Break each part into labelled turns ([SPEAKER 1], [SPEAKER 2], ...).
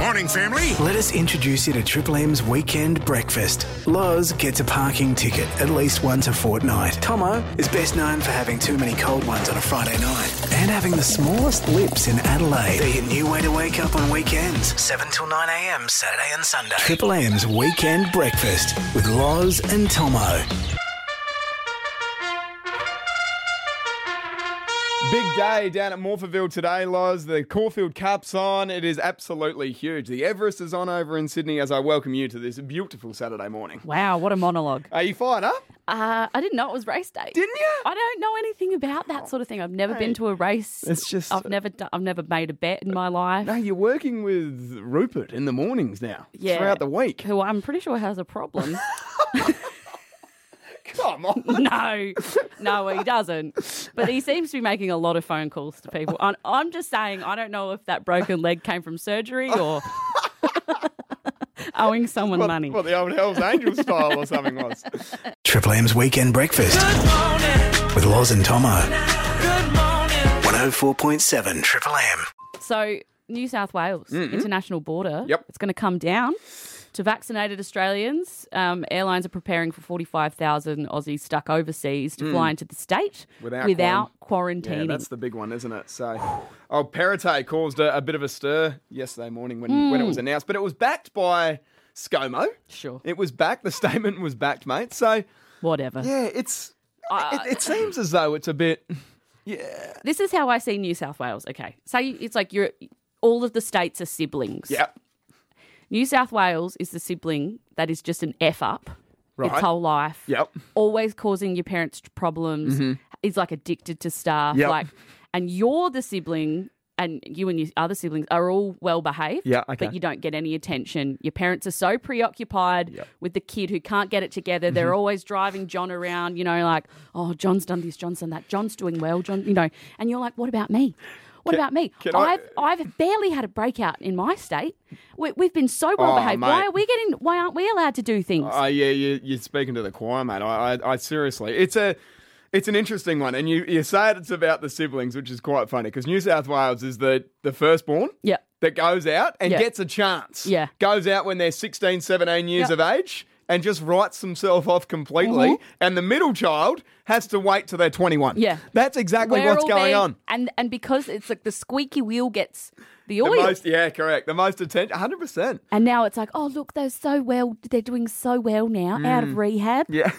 [SPEAKER 1] Morning, family.
[SPEAKER 2] Let us introduce you to Triple M's weekend breakfast. Loz gets a parking ticket at least once a fortnight. Tomo is best known for having too many cold ones on a Friday night and having the smallest lips in Adelaide. They're your new way to wake up on weekends, 7 till 9 a.m. Saturday and Sunday. Triple M's weekend breakfast with Loz and Tomo.
[SPEAKER 3] Big day down at Morpheville today, Loz. The Caulfield Cup's on. It is absolutely huge. The Everest is on over in Sydney as I welcome you to this beautiful Saturday morning.
[SPEAKER 4] Wow, what a monologue.
[SPEAKER 3] Are you fired up?
[SPEAKER 4] Uh, I didn't know it was race day.
[SPEAKER 3] Didn't you?
[SPEAKER 4] I don't know anything about that sort of thing. I've never been to a race.
[SPEAKER 3] It's just-
[SPEAKER 4] I've never done, I've never made a bet in my life.
[SPEAKER 3] No, you're working with Rupert in the mornings now.
[SPEAKER 4] Yeah.
[SPEAKER 3] Throughout the week.
[SPEAKER 4] Who I'm pretty sure has a problem.
[SPEAKER 3] Come on.
[SPEAKER 4] no, no, he doesn't. But he seems to be making a lot of phone calls to people. I'm, I'm just saying, I don't know if that broken leg came from surgery or owing someone money.
[SPEAKER 3] What the old Hell's Angel style or something was.
[SPEAKER 2] Triple M's weekend breakfast with Loz and Tomo. 104.7 Triple M.
[SPEAKER 4] So New South Wales international border.
[SPEAKER 3] Mm-hmm. Yep.
[SPEAKER 4] It's going to come down to vaccinated Australians. Um, airlines are preparing for forty-five thousand Aussies stuck overseas to fly into the state
[SPEAKER 3] Mm. Without
[SPEAKER 4] quarantining.
[SPEAKER 3] Yeah, that's the big one, isn't it? So, oh, Perrottet caused a, a bit of a stir yesterday morning when, when it was
[SPEAKER 4] Hmm.
[SPEAKER 3] announced, but it was backed by ScoMo.
[SPEAKER 4] Sure.
[SPEAKER 3] It was backed. The statement was backed, mate. So,
[SPEAKER 4] Whatever.
[SPEAKER 3] yeah, it's.
[SPEAKER 4] Uh,
[SPEAKER 3] it, it seems as though it's a bit.
[SPEAKER 4] This is how I see New South Wales. Okay, so you- it's like you're all of the states are siblings.
[SPEAKER 3] Yep.
[SPEAKER 4] New South Wales is the sibling that is just an f up
[SPEAKER 3] Right.
[SPEAKER 4] its whole life.
[SPEAKER 3] Yep.
[SPEAKER 4] always causing your parents problems. Is like addicted to stuff.
[SPEAKER 3] Mm-hmm. Yep.
[SPEAKER 4] Like, and you're the sibling, and you and your other siblings are all well behaved.
[SPEAKER 3] Yeah, okay.
[SPEAKER 4] But you don't get any attention. Your parents are so preoccupied with the kid who can't get it together.
[SPEAKER 3] Mm-hmm.
[SPEAKER 4] They're always driving John around. You know, like, oh, John's done this, John's done that, John's doing well, John. You know, and you're like, what about me? What about me?
[SPEAKER 3] can I-
[SPEAKER 4] I've I've barely had a breakout in my state. We, we've been so well behaved.
[SPEAKER 3] Oh, mate.
[SPEAKER 4] Why are we getting? Why aren't we allowed to do things?
[SPEAKER 3] Oh yeah, you, you're speaking to the choir, mate. I, I, I seriously, it's a, it's an interesting one, and you, you say it's about the siblings, which is quite funny because New South Wales is the the firstborn.
[SPEAKER 4] Yeah.
[SPEAKER 3] That goes out and
[SPEAKER 4] Yeah.
[SPEAKER 3] gets a chance.
[SPEAKER 4] Yeah.
[SPEAKER 3] Goes out when they're 16, 17 years
[SPEAKER 4] Yeah. Mm-hmm.
[SPEAKER 3] of age and just writes themselves off completely. And the middle child has to wait till they're 21.
[SPEAKER 4] Yeah.
[SPEAKER 3] That's exactly what's
[SPEAKER 4] all
[SPEAKER 3] going
[SPEAKER 4] being-
[SPEAKER 3] on.
[SPEAKER 4] And and because it's like the squeaky wheel gets the
[SPEAKER 3] The
[SPEAKER 4] oil.
[SPEAKER 3] most, yeah, correct. The most attention, 100%.
[SPEAKER 4] and now it's like, oh look, they're so well. They're doing so well now, out
[SPEAKER 3] Mm.
[SPEAKER 4] of rehab.
[SPEAKER 3] Yeah.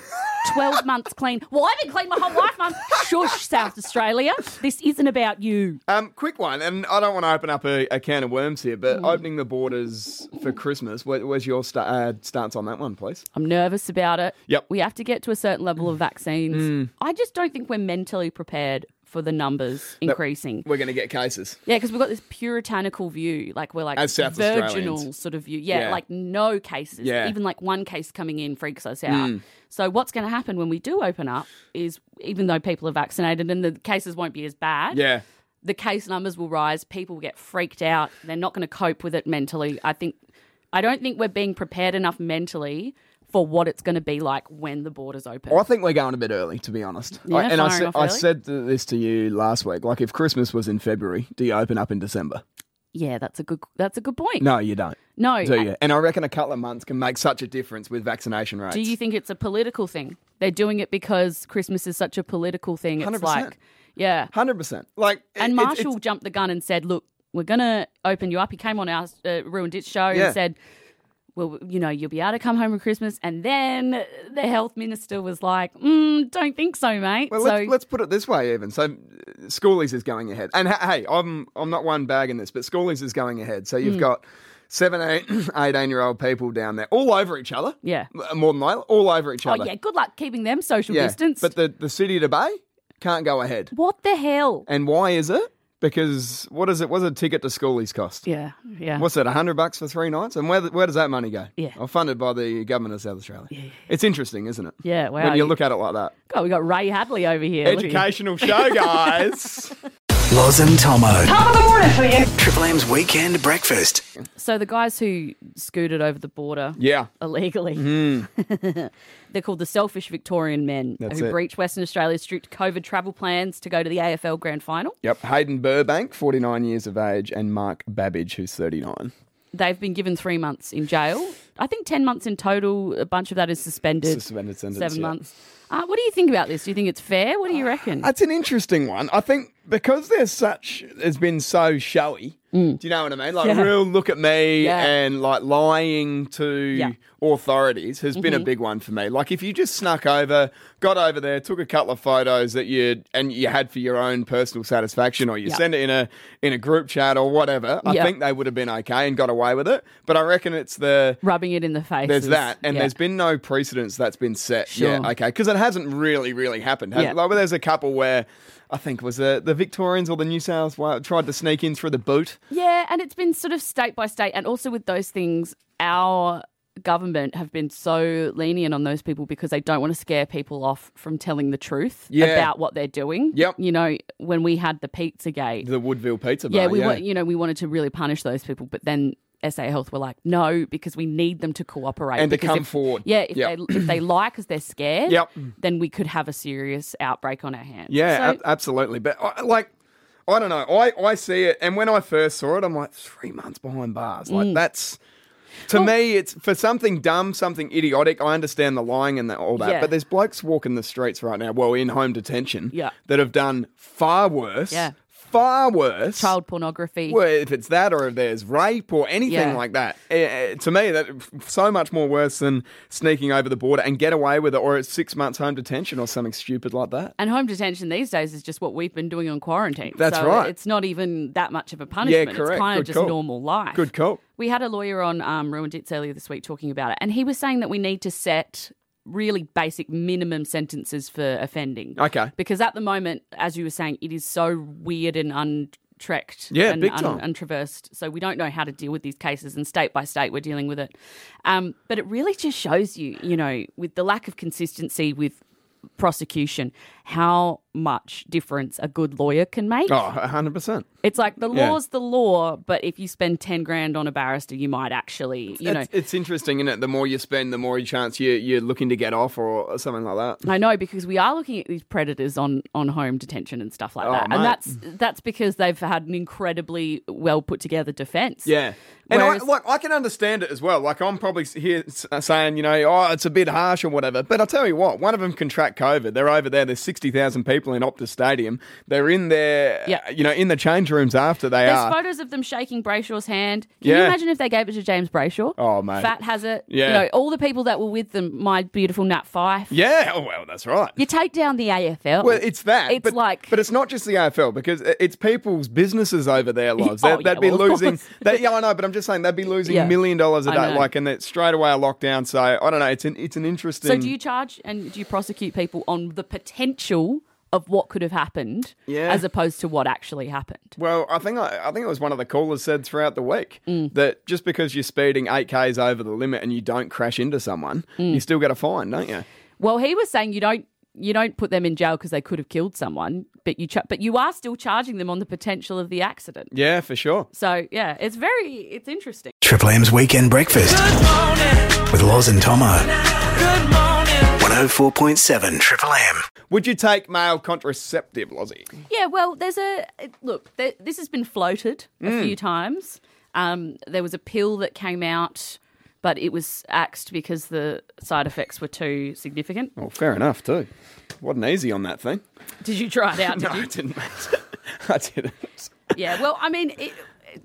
[SPEAKER 4] Twelve months clean. Well, I've been clean my whole life, Mum. Shush, South Australia. This isn't about you.
[SPEAKER 3] Um, quick one, and I don't want to open up a, a can of worms here, but
[SPEAKER 4] Mm.
[SPEAKER 3] opening the borders for Christmas, where, where's your sta- uh, stance on that one, please?
[SPEAKER 4] I'm nervous about it.
[SPEAKER 3] Yep. Mm.
[SPEAKER 4] We have to get to a certain level of vaccines. I just don't think we're mentally prepared for the numbers increasing.
[SPEAKER 3] We're going to get cases.
[SPEAKER 4] Yeah, because we've got this puritanical view, like we're like
[SPEAKER 3] As South
[SPEAKER 4] virginal
[SPEAKER 3] Australians.
[SPEAKER 4] sort of view. Yeah,
[SPEAKER 3] Yeah.
[SPEAKER 4] like no cases.
[SPEAKER 3] Yeah. Hmm.
[SPEAKER 4] Even like one case coming in freaks us out. So what's going to happen when we do open up is even though people are vaccinated and the cases won't be as bad,
[SPEAKER 3] Yeah.
[SPEAKER 4] the case numbers will rise. People will get freaked out. They're not going to cope with it mentally. I think, I don't think we're being prepared enough mentally for what it's going to be like when the borders open.
[SPEAKER 3] I think we're going a bit early, to be honest.
[SPEAKER 4] Yeah,
[SPEAKER 3] I, and I,
[SPEAKER 4] firing
[SPEAKER 3] said-
[SPEAKER 4] off
[SPEAKER 3] I
[SPEAKER 4] early.
[SPEAKER 3] said th- this to you last week. Like, if Christmas was in February, do you open up in December?
[SPEAKER 4] yeah, that's a good. That's a good point.
[SPEAKER 3] No, you don't.
[SPEAKER 4] no.
[SPEAKER 3] Do you? And I reckon a couple of months can make such a difference with vaccination rates.
[SPEAKER 4] Do you think it's a political thing? They're doing it because Christmas is such a political thing. It's
[SPEAKER 3] 100%.
[SPEAKER 4] like, yeah.
[SPEAKER 3] 100%. Like, it-
[SPEAKER 4] And
[SPEAKER 3] it's- it's-
[SPEAKER 4] Marshall jumped the gun and said, "Look, we're gonna open you up." He came on our uh, ruined it show
[SPEAKER 3] Yeah.
[SPEAKER 4] and said, "Well, you know, you'll be able to come home for Christmas." And then the health minister was like, mm, "Don't think so, mate."
[SPEAKER 3] Well,
[SPEAKER 4] so oh,
[SPEAKER 3] let's, let's put it this way, even so, uh, Schoolies is going ahead, and ha- hey, I'm I'm not one bag in this, but Schoolies is going ahead. So
[SPEAKER 4] Hmm.
[SPEAKER 3] you've got seven, eight, 18 year old people down there, all over each other.
[SPEAKER 4] Yeah.
[SPEAKER 3] M- more than likely, all over each
[SPEAKER 4] oh
[SPEAKER 3] other.
[SPEAKER 4] yeah, good luck keeping them social
[SPEAKER 3] Yeah.
[SPEAKER 4] distance.
[SPEAKER 3] But the the city to bay can't go ahead,
[SPEAKER 4] what the hell?
[SPEAKER 3] and why is it? Because what is it? What's a ticket to Schoolies cost?
[SPEAKER 4] Yeah, yeah.
[SPEAKER 3] What's that? hundred bucks for three nights, and where th- where does that money go?
[SPEAKER 4] Yeah.
[SPEAKER 3] Well, funded by the government of South Australia. Yeah, It's interesting, isn't it?
[SPEAKER 4] Yeah, wow,
[SPEAKER 3] When you
[SPEAKER 4] you-
[SPEAKER 3] look at it like that,
[SPEAKER 4] God, we got Ray Hadley over here. Look at you.
[SPEAKER 3] educational show, guys.
[SPEAKER 2] Loz and Tomo. Top of the morning for you. Triple M's weekend breakfast.
[SPEAKER 4] So the guys who scooted over the border,
[SPEAKER 3] yeah.
[SPEAKER 4] illegally. They're called the selfish Victorian men
[SPEAKER 3] Hmm. That's
[SPEAKER 4] who
[SPEAKER 3] it.
[SPEAKER 4] breached Western Australia's strict COVID travel plans to go to the AFL Grand Final.
[SPEAKER 3] Yep. Hayden Burbank, 49 years of age, and Mark Babbage, who's 39.
[SPEAKER 4] They've been given three months in jail. I think 10 months in total. A bunch of that is suspended.
[SPEAKER 3] Suspended sentence,
[SPEAKER 4] Seven
[SPEAKER 3] yeah.
[SPEAKER 4] months. Uh, what do you think about this? Do you think it's fair? What do you reckon?
[SPEAKER 3] That's an interesting one. I think because there's such, there's been so showy. Do you know what I mean? Like
[SPEAKER 4] Mm. Yeah.
[SPEAKER 3] real look at me
[SPEAKER 4] Yeah.
[SPEAKER 3] and like lying to
[SPEAKER 4] Yeah. Mm-hmm.
[SPEAKER 3] authorities has been a big one for me. Like if you just snuck over, got over there, took a couple of photos that you and you had for your own personal satisfaction, or you
[SPEAKER 4] Yeah.
[SPEAKER 3] send it in a in a group chat or whatever, I
[SPEAKER 4] Yeah.
[SPEAKER 3] think they would have been okay and got away with it. But I reckon it's the
[SPEAKER 4] Rubbing it in the face.
[SPEAKER 3] there's
[SPEAKER 4] is-
[SPEAKER 3] that, and
[SPEAKER 4] yeah.
[SPEAKER 3] there's been no precedence that's been set.
[SPEAKER 4] Sure.
[SPEAKER 3] Yeah, okay, because it hasn't really, really happened. has
[SPEAKER 4] Yeah.
[SPEAKER 3] it? Like, well, there's a couple where I think was the the Victorians or the New South Wales tried to sneak in through the boot.
[SPEAKER 4] Yeah, and it's been sort of state by state, and also with those things, our government have been so lenient on those people because they don't want to scare people off from telling the truth
[SPEAKER 3] Yeah.
[SPEAKER 4] about what they're doing.
[SPEAKER 3] Yep.
[SPEAKER 4] You know, when we had the Pizzagate,
[SPEAKER 3] The Woodville Pizza Bar.
[SPEAKER 4] yeah, we were, you know, we wanted to really punish those people, but then SA Health were like, no, because we need them to cooperate
[SPEAKER 3] And to
[SPEAKER 4] because
[SPEAKER 3] come
[SPEAKER 4] if-
[SPEAKER 3] forward.
[SPEAKER 4] Yeah, if
[SPEAKER 3] Yep.
[SPEAKER 4] they if they lie because they're scared,
[SPEAKER 3] Yep.
[SPEAKER 4] then we could have a serious outbreak on our hands.
[SPEAKER 3] Yeah,
[SPEAKER 4] So-
[SPEAKER 3] ab- absolutely. But I, like, I don't know. I, I see it, and when I first saw it, I'm like three months behind bars. Like
[SPEAKER 4] Mm.
[SPEAKER 3] that's to me, it's for something dumb, something idiotic. I understand the lying and the, all that,
[SPEAKER 4] Yeah.
[SPEAKER 3] but there's blokes walking the streets right now, well, in home detention,
[SPEAKER 4] Yeah.
[SPEAKER 3] that have done far worse.
[SPEAKER 4] Yeah.
[SPEAKER 3] Far worse.
[SPEAKER 4] child pornography.
[SPEAKER 3] Well, if it's that or if there's rape or anything
[SPEAKER 4] Yeah.
[SPEAKER 3] like that, eh, eh, to me, that so much more worse than sneaking over the border and get away with it, or it's six months home detention or something stupid like that.
[SPEAKER 4] And home detention these days is just what we've been doing on quarantine.
[SPEAKER 3] That's
[SPEAKER 4] so
[SPEAKER 3] right.
[SPEAKER 4] It's not even that much of a punishment. It's
[SPEAKER 3] correct.
[SPEAKER 4] kind of
[SPEAKER 3] Good
[SPEAKER 4] just
[SPEAKER 3] call.
[SPEAKER 4] normal life.
[SPEAKER 3] Good call.
[SPEAKER 4] We had a lawyer on um, Ruined It's earlier this week talking about it, and he was saying that we need to set really basic minimum sentences for offending.
[SPEAKER 3] Okay.
[SPEAKER 4] Because at the moment, as you were saying, it is so weird and untrekked
[SPEAKER 3] Yeah,
[SPEAKER 4] and
[SPEAKER 3] big time.
[SPEAKER 4] untraversed. So we don't know how to deal with these cases, and state by state, we're dealing with it. Um, but it really just shows you, you know, with the lack of consistency with prosecution, how much difference a good lawyer can make.
[SPEAKER 3] Oh, 100%.
[SPEAKER 4] It's like the
[SPEAKER 3] Yeah.
[SPEAKER 4] law's the law, but if you spend 10 grand on a barrister, you might actually, you know.
[SPEAKER 3] it's, it's interesting, isn't it? The more you spend, the more chance you, you're looking to get off or something like that.
[SPEAKER 4] I know because we are looking at these predators on, on home detention and stuff like
[SPEAKER 3] Oh,
[SPEAKER 4] that,
[SPEAKER 3] mate.
[SPEAKER 4] and that's that's because they've had an incredibly well put together defense.
[SPEAKER 3] Yeah. And
[SPEAKER 4] Whereas-
[SPEAKER 3] I, like, I can understand it as well. Like, I'm probably s- here s- uh, saying, you know, oh, it's a bit harsh or whatever. But I'll tell you what, one of them can track COVID. They're over there. There's 60,000 people in Optus Stadium. They're in there,
[SPEAKER 4] Yeah.
[SPEAKER 3] you know, in the change rooms after they
[SPEAKER 4] There's
[SPEAKER 3] are.
[SPEAKER 4] photos of them shaking Brayshaw's hand. Can you
[SPEAKER 3] Yeah.
[SPEAKER 4] imagine if they gave it to James Brayshaw?
[SPEAKER 3] Oh, mate.
[SPEAKER 4] Fat has it.
[SPEAKER 3] Yeah.
[SPEAKER 4] You know, all the people that were with them, my beautiful Nat Fife.
[SPEAKER 3] yeah. Oh, well, that's right.
[SPEAKER 4] You take down the AFL.
[SPEAKER 3] Well, it's that.
[SPEAKER 4] It's
[SPEAKER 3] but,
[SPEAKER 4] like-
[SPEAKER 3] but it's not just the AFL because i- it's people's businesses over their lives.
[SPEAKER 4] Oh,
[SPEAKER 3] They- they'd
[SPEAKER 4] yeah,
[SPEAKER 3] be
[SPEAKER 4] well, of
[SPEAKER 3] losing.
[SPEAKER 4] course.
[SPEAKER 3] They, yeah, I know, but I'm just saying they'd be losing
[SPEAKER 4] Yeah.
[SPEAKER 3] million dollars a
[SPEAKER 4] I
[SPEAKER 3] day,
[SPEAKER 4] know.
[SPEAKER 3] like, and that straight away a lockdown. So I don't know. It's an it's an interesting.
[SPEAKER 4] So do you charge and do you prosecute people on the potential of what could have happened
[SPEAKER 3] Yeah.
[SPEAKER 4] as opposed to what actually happened?
[SPEAKER 3] Well, I think I, I think it was one of the callers said throughout the week
[SPEAKER 4] Mm.
[SPEAKER 3] that just because you're speeding eight k's over the limit and you don't crash into someone,
[SPEAKER 4] Mm.
[SPEAKER 3] you still get a fine, don't you?
[SPEAKER 4] Well, he was saying you don't you don't put them in jail because they could have killed someone, but you cha- but you are still charging them on the potential of the accident.
[SPEAKER 3] Yeah, for sure.
[SPEAKER 4] So yeah, it's very it's interesting.
[SPEAKER 2] Triple M's Weekend Breakfast with Loz and Tomo. 104.7 Triple M.
[SPEAKER 3] Would you take male contraceptive, Lozzie?
[SPEAKER 4] Yeah, well, there's a it- look. There, this has been floated a few times. Um, there was a pill that came out, but it was axed because the side effects were too significant.
[SPEAKER 3] Well, Oh, fair enough too. Wasn't easy on that thing.
[SPEAKER 4] Did you try it out?
[SPEAKER 3] No,
[SPEAKER 4] Uh, Did you?
[SPEAKER 3] I didn't. mate. I didn't.
[SPEAKER 4] Yeah. Well, I mean, it,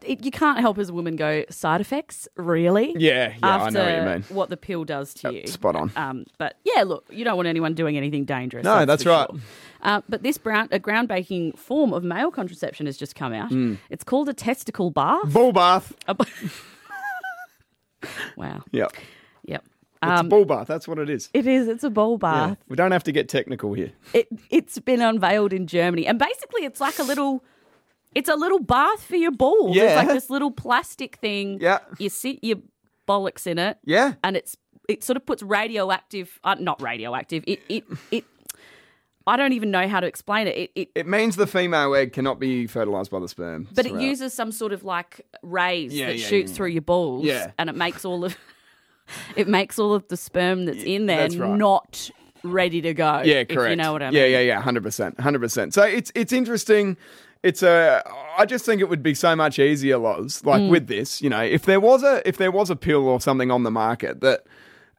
[SPEAKER 4] it, you can't help as a woman go side effects, really.
[SPEAKER 3] Yeah, yeah, I
[SPEAKER 4] after
[SPEAKER 3] know what you mean. Uh,
[SPEAKER 4] what the pill does to you.
[SPEAKER 3] spot on.
[SPEAKER 4] Um, but yeah, look, you don't want anyone doing anything dangerous.
[SPEAKER 3] No, that's
[SPEAKER 4] for
[SPEAKER 3] right.
[SPEAKER 4] sure. Uh, but this brown, a groundbreaking form of male contraception has just come out.
[SPEAKER 3] Mm.
[SPEAKER 4] It's called a testicle bath.
[SPEAKER 3] Bull bath.
[SPEAKER 4] A b- wow.
[SPEAKER 3] Yeah.
[SPEAKER 4] Yep.
[SPEAKER 3] It's
[SPEAKER 4] Um,
[SPEAKER 3] a bull bath. That's what it is.
[SPEAKER 4] It is. It's a ball
[SPEAKER 3] Yeah.
[SPEAKER 4] bath.
[SPEAKER 3] We don't have to get technical here.
[SPEAKER 4] It it's been unveiled in Germany, and basically, it's like a little. It's a little bath for your balls. It's
[SPEAKER 3] Yeah.
[SPEAKER 4] like this little plastic thing.
[SPEAKER 3] Yeah.
[SPEAKER 4] You sit your bollocks in it.
[SPEAKER 3] Yeah.
[SPEAKER 4] and it's it sort of puts radioactive uh, not radioactive it it it I don't even know how to explain it it, it
[SPEAKER 3] It means the female egg cannot be fertilized by the sperm.
[SPEAKER 4] but it
[SPEAKER 3] throughout.
[SPEAKER 4] uses some sort of like rays
[SPEAKER 3] Yeah,
[SPEAKER 4] that
[SPEAKER 3] yeah,
[SPEAKER 4] shoots
[SPEAKER 3] yeah,
[SPEAKER 4] through your balls
[SPEAKER 3] Yeah.
[SPEAKER 4] and it makes all of it makes all of the sperm that's in there
[SPEAKER 3] that's right.
[SPEAKER 4] not ready to go
[SPEAKER 3] Yeah,
[SPEAKER 4] if
[SPEAKER 3] correct.
[SPEAKER 4] you know what I mean
[SPEAKER 3] Yeah, yeah, yeah. Hundred percent. Hundred percent. So it's it's interesting. it's a. I just think it would be so much easier, Loz. Like
[SPEAKER 4] Mm.
[SPEAKER 3] with this, you know, if there was a if there was a pill or something on the market that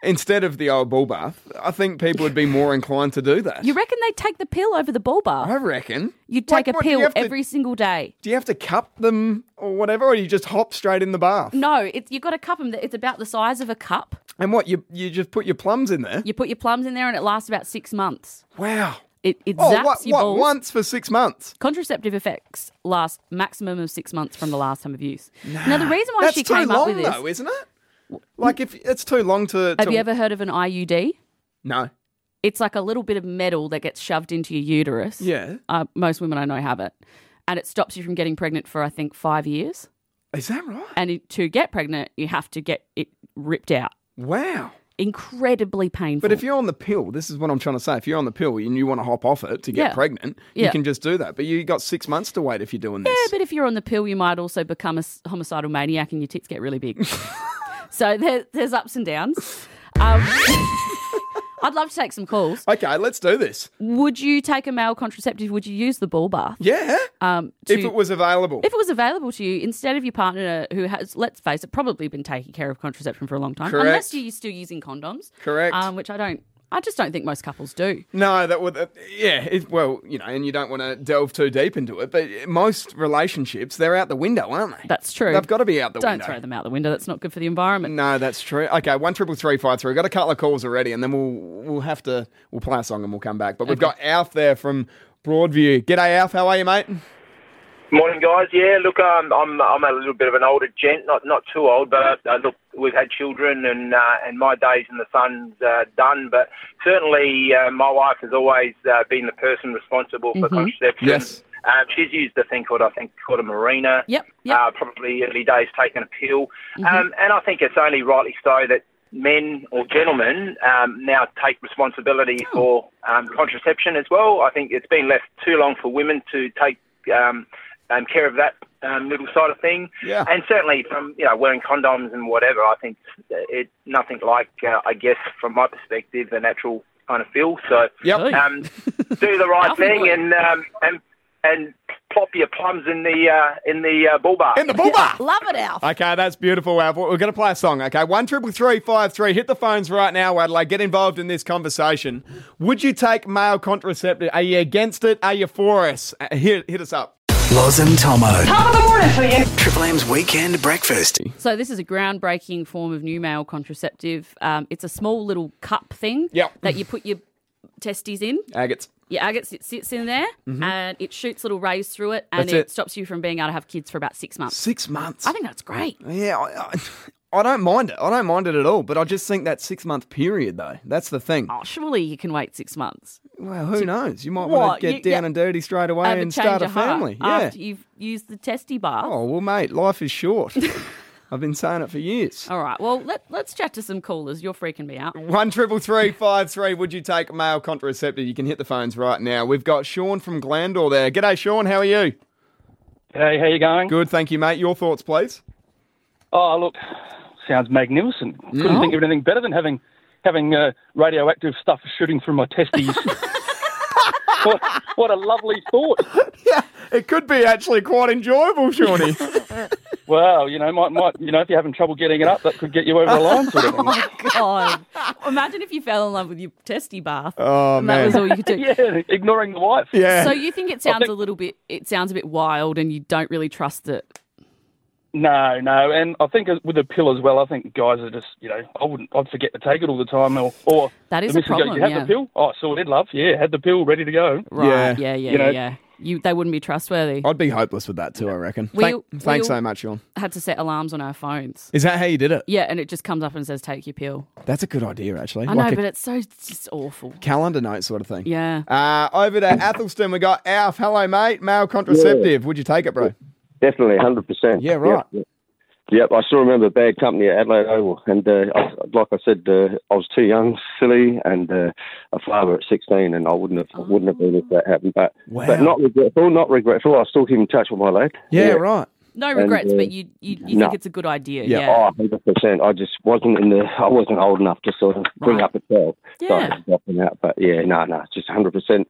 [SPEAKER 3] instead of the old bull bath, I think people would be more inclined to do that.
[SPEAKER 4] You reckon they take the pill over the ball
[SPEAKER 3] I
[SPEAKER 4] bar?
[SPEAKER 3] reckon
[SPEAKER 4] You'd take
[SPEAKER 3] Like,
[SPEAKER 4] a
[SPEAKER 3] what, do you
[SPEAKER 4] pill
[SPEAKER 3] have to-
[SPEAKER 4] every single day.
[SPEAKER 3] Do you have to cup them or whatever, or you just hop straight in the bath?
[SPEAKER 4] No, it's, you've got to cup them. It's about the size of a cup.
[SPEAKER 3] And what you you just put your plums in there?
[SPEAKER 4] You put your plums in there and it lasts about six months.
[SPEAKER 3] Wow.
[SPEAKER 4] It, it
[SPEAKER 3] Oh,
[SPEAKER 4] zaps
[SPEAKER 3] what,
[SPEAKER 4] your
[SPEAKER 3] what
[SPEAKER 4] balls.
[SPEAKER 3] once for six months?
[SPEAKER 4] Contraceptive effects last maximum of six months from the last time of use. Now, the reason why
[SPEAKER 3] That's
[SPEAKER 4] she
[SPEAKER 3] too
[SPEAKER 4] came
[SPEAKER 3] long
[SPEAKER 4] up with this.
[SPEAKER 3] though, isn't it? Like if it's too long to.
[SPEAKER 4] have
[SPEAKER 3] to-
[SPEAKER 4] you ever heard of an IUD?
[SPEAKER 3] No.
[SPEAKER 4] It's like a little bit of metal that gets shoved into your uterus.
[SPEAKER 3] Yeah.
[SPEAKER 4] Uh, most women I know have it. And it stops you from getting pregnant for, I think, five years.
[SPEAKER 3] Is that right?
[SPEAKER 4] And it- to get pregnant, you have to get it ripped out.
[SPEAKER 3] Wow.
[SPEAKER 4] Incredibly painful.
[SPEAKER 3] But if you're on the pill, this is what I'm trying to say. If you're on the pill and you want to hop off it to get
[SPEAKER 4] Yeah.
[SPEAKER 3] pregnant, you
[SPEAKER 4] Yeah.
[SPEAKER 3] can just do that. But you got six months to wait if you're doing this.
[SPEAKER 4] Yeah, but if you're on the pill, you might also become a s- homicidal maniac and your tits get really big. so there, there's ups and downs. Um, I'd love to take some calls.
[SPEAKER 3] Okay, let's do this.
[SPEAKER 4] Would you take a male contraceptive? Would you use the ball bath?
[SPEAKER 3] Yeah.
[SPEAKER 4] Um, to,
[SPEAKER 3] if it was available.
[SPEAKER 4] if it was available to you, instead of your partner who has, let's face it, probably been taking care of contraception for a long time,
[SPEAKER 3] Correct.
[SPEAKER 4] unless you're still using condoms.
[SPEAKER 3] Correct.
[SPEAKER 4] Um, which I don't, I just don't think most couples do.
[SPEAKER 3] No, that would, uh, yeah, it, well, you know, and you don't want to delve too deep into it, but most relationships, they're out the window, aren't they?
[SPEAKER 4] That's true.
[SPEAKER 3] They've got to be out the
[SPEAKER 4] Don't
[SPEAKER 3] window.
[SPEAKER 4] throw them out the window. That's not good for the environment.
[SPEAKER 3] No, that's true. Okay, one triple three five three. We've got a couple of calls already, and then we'll we'll have to we'll play a song and we'll come back. But we've got Alf there from Broadview. G'day, Alf. How are you, mate?
[SPEAKER 1] Morning, guys. Yeah, look, um, I'm I'm a little bit of an older gent, not not too old, but uh, look, we've had children, and uh, and my days in the sun's uh, done. But certainly, uh, my wife has always uh, been the person responsible
[SPEAKER 4] Mm-hmm.
[SPEAKER 1] for contraception.
[SPEAKER 3] Yes.
[SPEAKER 1] Um, she's used a thing called I think called a marina.
[SPEAKER 4] Yep, yep.
[SPEAKER 1] Uh, probably early days taking a pill,
[SPEAKER 3] Mm-hmm.
[SPEAKER 1] um, and I think it's only rightly so that men or gentlemen um, now take responsibility
[SPEAKER 3] Oh.
[SPEAKER 1] for um, contraception as well. I think it's been left too long for women to take um, um, care of that um, little side of thing.
[SPEAKER 3] Yeah.
[SPEAKER 1] And certainly from you know wearing condoms and whatever, I think it nothing like uh, I guess from my perspective the natural kind of feel. So
[SPEAKER 3] Yep.
[SPEAKER 4] Hey.
[SPEAKER 1] um, do the right
[SPEAKER 4] Alpha
[SPEAKER 1] thing
[SPEAKER 4] boy.
[SPEAKER 1] and um, and and plop your plums in the uh, in the uh, bull bar.
[SPEAKER 3] In the booba.
[SPEAKER 4] Love it, Alf.
[SPEAKER 3] Okay, that's beautiful, Alf. We're going to play a song. Okay, one triple three five three. Hit the phones right now, Adelaide. Get involved in this conversation. Would you take male contraceptive? Are you against it? Are you for us? Uh, Hit hit us up.
[SPEAKER 2] Loz and Tomo.
[SPEAKER 5] Top of the morning for you.
[SPEAKER 2] Triple M's Weekend Breakfast.
[SPEAKER 4] So this is a groundbreaking form of new male contraceptive. Um, it's a small little cup thing
[SPEAKER 3] Yep.
[SPEAKER 4] that you put your testes in.
[SPEAKER 3] Agates.
[SPEAKER 4] Your agate sit- sits in there, and it shoots little rays through it, and
[SPEAKER 3] Mm-hmm. That's
[SPEAKER 4] it,
[SPEAKER 3] it.
[SPEAKER 4] stops you from being able to have kids for about six months.
[SPEAKER 3] Six months.
[SPEAKER 4] I think that's great.
[SPEAKER 3] Yeah, I, I, I don't mind it. I don't mind it at all. But I just think that six month period, though, that's the thing.
[SPEAKER 4] Oh, surely you can wait six months.
[SPEAKER 3] Well, who knows? You might want
[SPEAKER 4] What?
[SPEAKER 3] to get
[SPEAKER 4] You-
[SPEAKER 3] down
[SPEAKER 4] yeah.
[SPEAKER 3] and dirty straight
[SPEAKER 4] Have
[SPEAKER 3] away
[SPEAKER 4] a
[SPEAKER 3] and
[SPEAKER 4] change
[SPEAKER 3] start a
[SPEAKER 4] of heart
[SPEAKER 3] family. Yeah.
[SPEAKER 4] after you've used the testy bath.
[SPEAKER 3] Oh well, mate, life is short. I've been saying it for years.
[SPEAKER 4] All right. Well, let, let's chat to some callers. You're freaking me out.
[SPEAKER 3] One triple three five three. Would you take male contraceptive? You can hit the phones right now. We've got Sean from Glandor there. G'day, Sean. How are you?
[SPEAKER 6] Hey, how you going?
[SPEAKER 3] Good, thank you, mate. Your thoughts, please.
[SPEAKER 6] Oh, look, sounds magnificent. Couldn't think of anything better than having having uh, radioactive stuff shooting through my testes. what, what a lovely thought.
[SPEAKER 3] Yeah, it could be actually quite enjoyable, Shawnee.
[SPEAKER 6] Wow, you know, might might you know if you're having trouble getting it up, that could get you over the line. Sort of thing.
[SPEAKER 4] God. Oh, Imagine if you fell in love with your testy bath.
[SPEAKER 3] oh
[SPEAKER 4] and that was
[SPEAKER 3] man,
[SPEAKER 4] all you could do.
[SPEAKER 6] yeah, ignoring the wife.
[SPEAKER 3] yeah.
[SPEAKER 4] So you think it sounds a little bit it sounds a bit wild and you don't really trust it.
[SPEAKER 6] No, no, and I think with the pill as well. I think guys are just you know I wouldn't I'd forget to take it all the time or or
[SPEAKER 4] That is
[SPEAKER 6] the
[SPEAKER 4] a
[SPEAKER 6] missus go,
[SPEAKER 4] problem,
[SPEAKER 6] You have
[SPEAKER 4] yeah.
[SPEAKER 6] the pill? Oh, so did love. Yeah, had the pill ready to go.
[SPEAKER 4] Right. Yeah, yeah, yeah.
[SPEAKER 6] You know-
[SPEAKER 4] yeah. You they wouldn't be trustworthy.
[SPEAKER 3] I'd be hopeless with that too. I reckon.
[SPEAKER 4] Were you- were
[SPEAKER 3] thanks
[SPEAKER 4] you-
[SPEAKER 3] so much, Sean.
[SPEAKER 4] had to set alarms on our phones.
[SPEAKER 3] Is that how you did it?
[SPEAKER 4] Yeah, and it just comes up and says take your pill.
[SPEAKER 3] That's a good idea, actually.
[SPEAKER 4] I
[SPEAKER 3] like
[SPEAKER 4] know,
[SPEAKER 3] a
[SPEAKER 4] but it's so it's just awful.
[SPEAKER 3] calendar note sort of thing.
[SPEAKER 4] Yeah.
[SPEAKER 3] Uh, over to Athelston, we got Alf. Hello, mate. Male contraceptive. Would you take it, bro?
[SPEAKER 7] Definitely, hundred percent.
[SPEAKER 3] Yeah, right.
[SPEAKER 7] Yep. Yep, I still remember bad company at Adelaide Oval, and uh, I, like I said, uh, I was too young, silly, and uh, a father at sixteen, and I wouldn't have wouldn't have been if that happened. But
[SPEAKER 3] Wow.
[SPEAKER 7] but not regretful, not regretful. I still keep in touch with my lad.
[SPEAKER 3] right.
[SPEAKER 4] No regrets,
[SPEAKER 7] uh,
[SPEAKER 4] but you you, you
[SPEAKER 7] no.
[SPEAKER 4] think it's a good idea.
[SPEAKER 3] Yeah.
[SPEAKER 4] Yeah.
[SPEAKER 7] Oh, 100%. I just wasn't in the. I wasn't old enough to sort of bring
[SPEAKER 4] Right.
[SPEAKER 7] up a child. So I
[SPEAKER 4] Yeah.
[SPEAKER 7] was dropping out. But yeah, no, no, just hundred percent.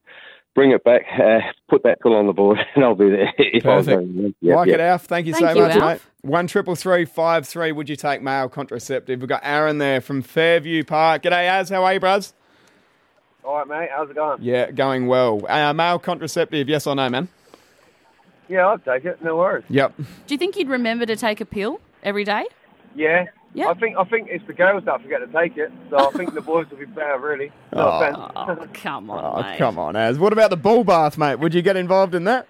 [SPEAKER 7] bring it back, uh, put that pill on the board, and I'll be there. If I was
[SPEAKER 3] Perfect.
[SPEAKER 7] going to. Yeah,
[SPEAKER 3] like
[SPEAKER 7] yeah.
[SPEAKER 3] it, Alf. Thank you
[SPEAKER 4] Thank
[SPEAKER 3] so
[SPEAKER 4] you,
[SPEAKER 3] much,
[SPEAKER 4] Alf.
[SPEAKER 3] mate. One triple three five three. Would you take male contraceptive? We've got Aaron there from Fairview Park. G'day, Az. How are you, bros?
[SPEAKER 5] All right, mate. How's it going?
[SPEAKER 3] Yeah, going well. Uh, male contraceptive, yes or no, man?
[SPEAKER 5] Yeah, I'll take it. No worries.
[SPEAKER 3] Yep.
[SPEAKER 4] Do you think you'd remember to take a pill every day?
[SPEAKER 5] Yeah.
[SPEAKER 4] Yeah.
[SPEAKER 5] I think I think it's the girls that forget to take it, so I think the boys will be better. Really. No offense.
[SPEAKER 4] Oh, come on,
[SPEAKER 3] Oh,
[SPEAKER 4] mate.
[SPEAKER 3] come on, Az. What about the ball bath, mate? Would you get involved in that?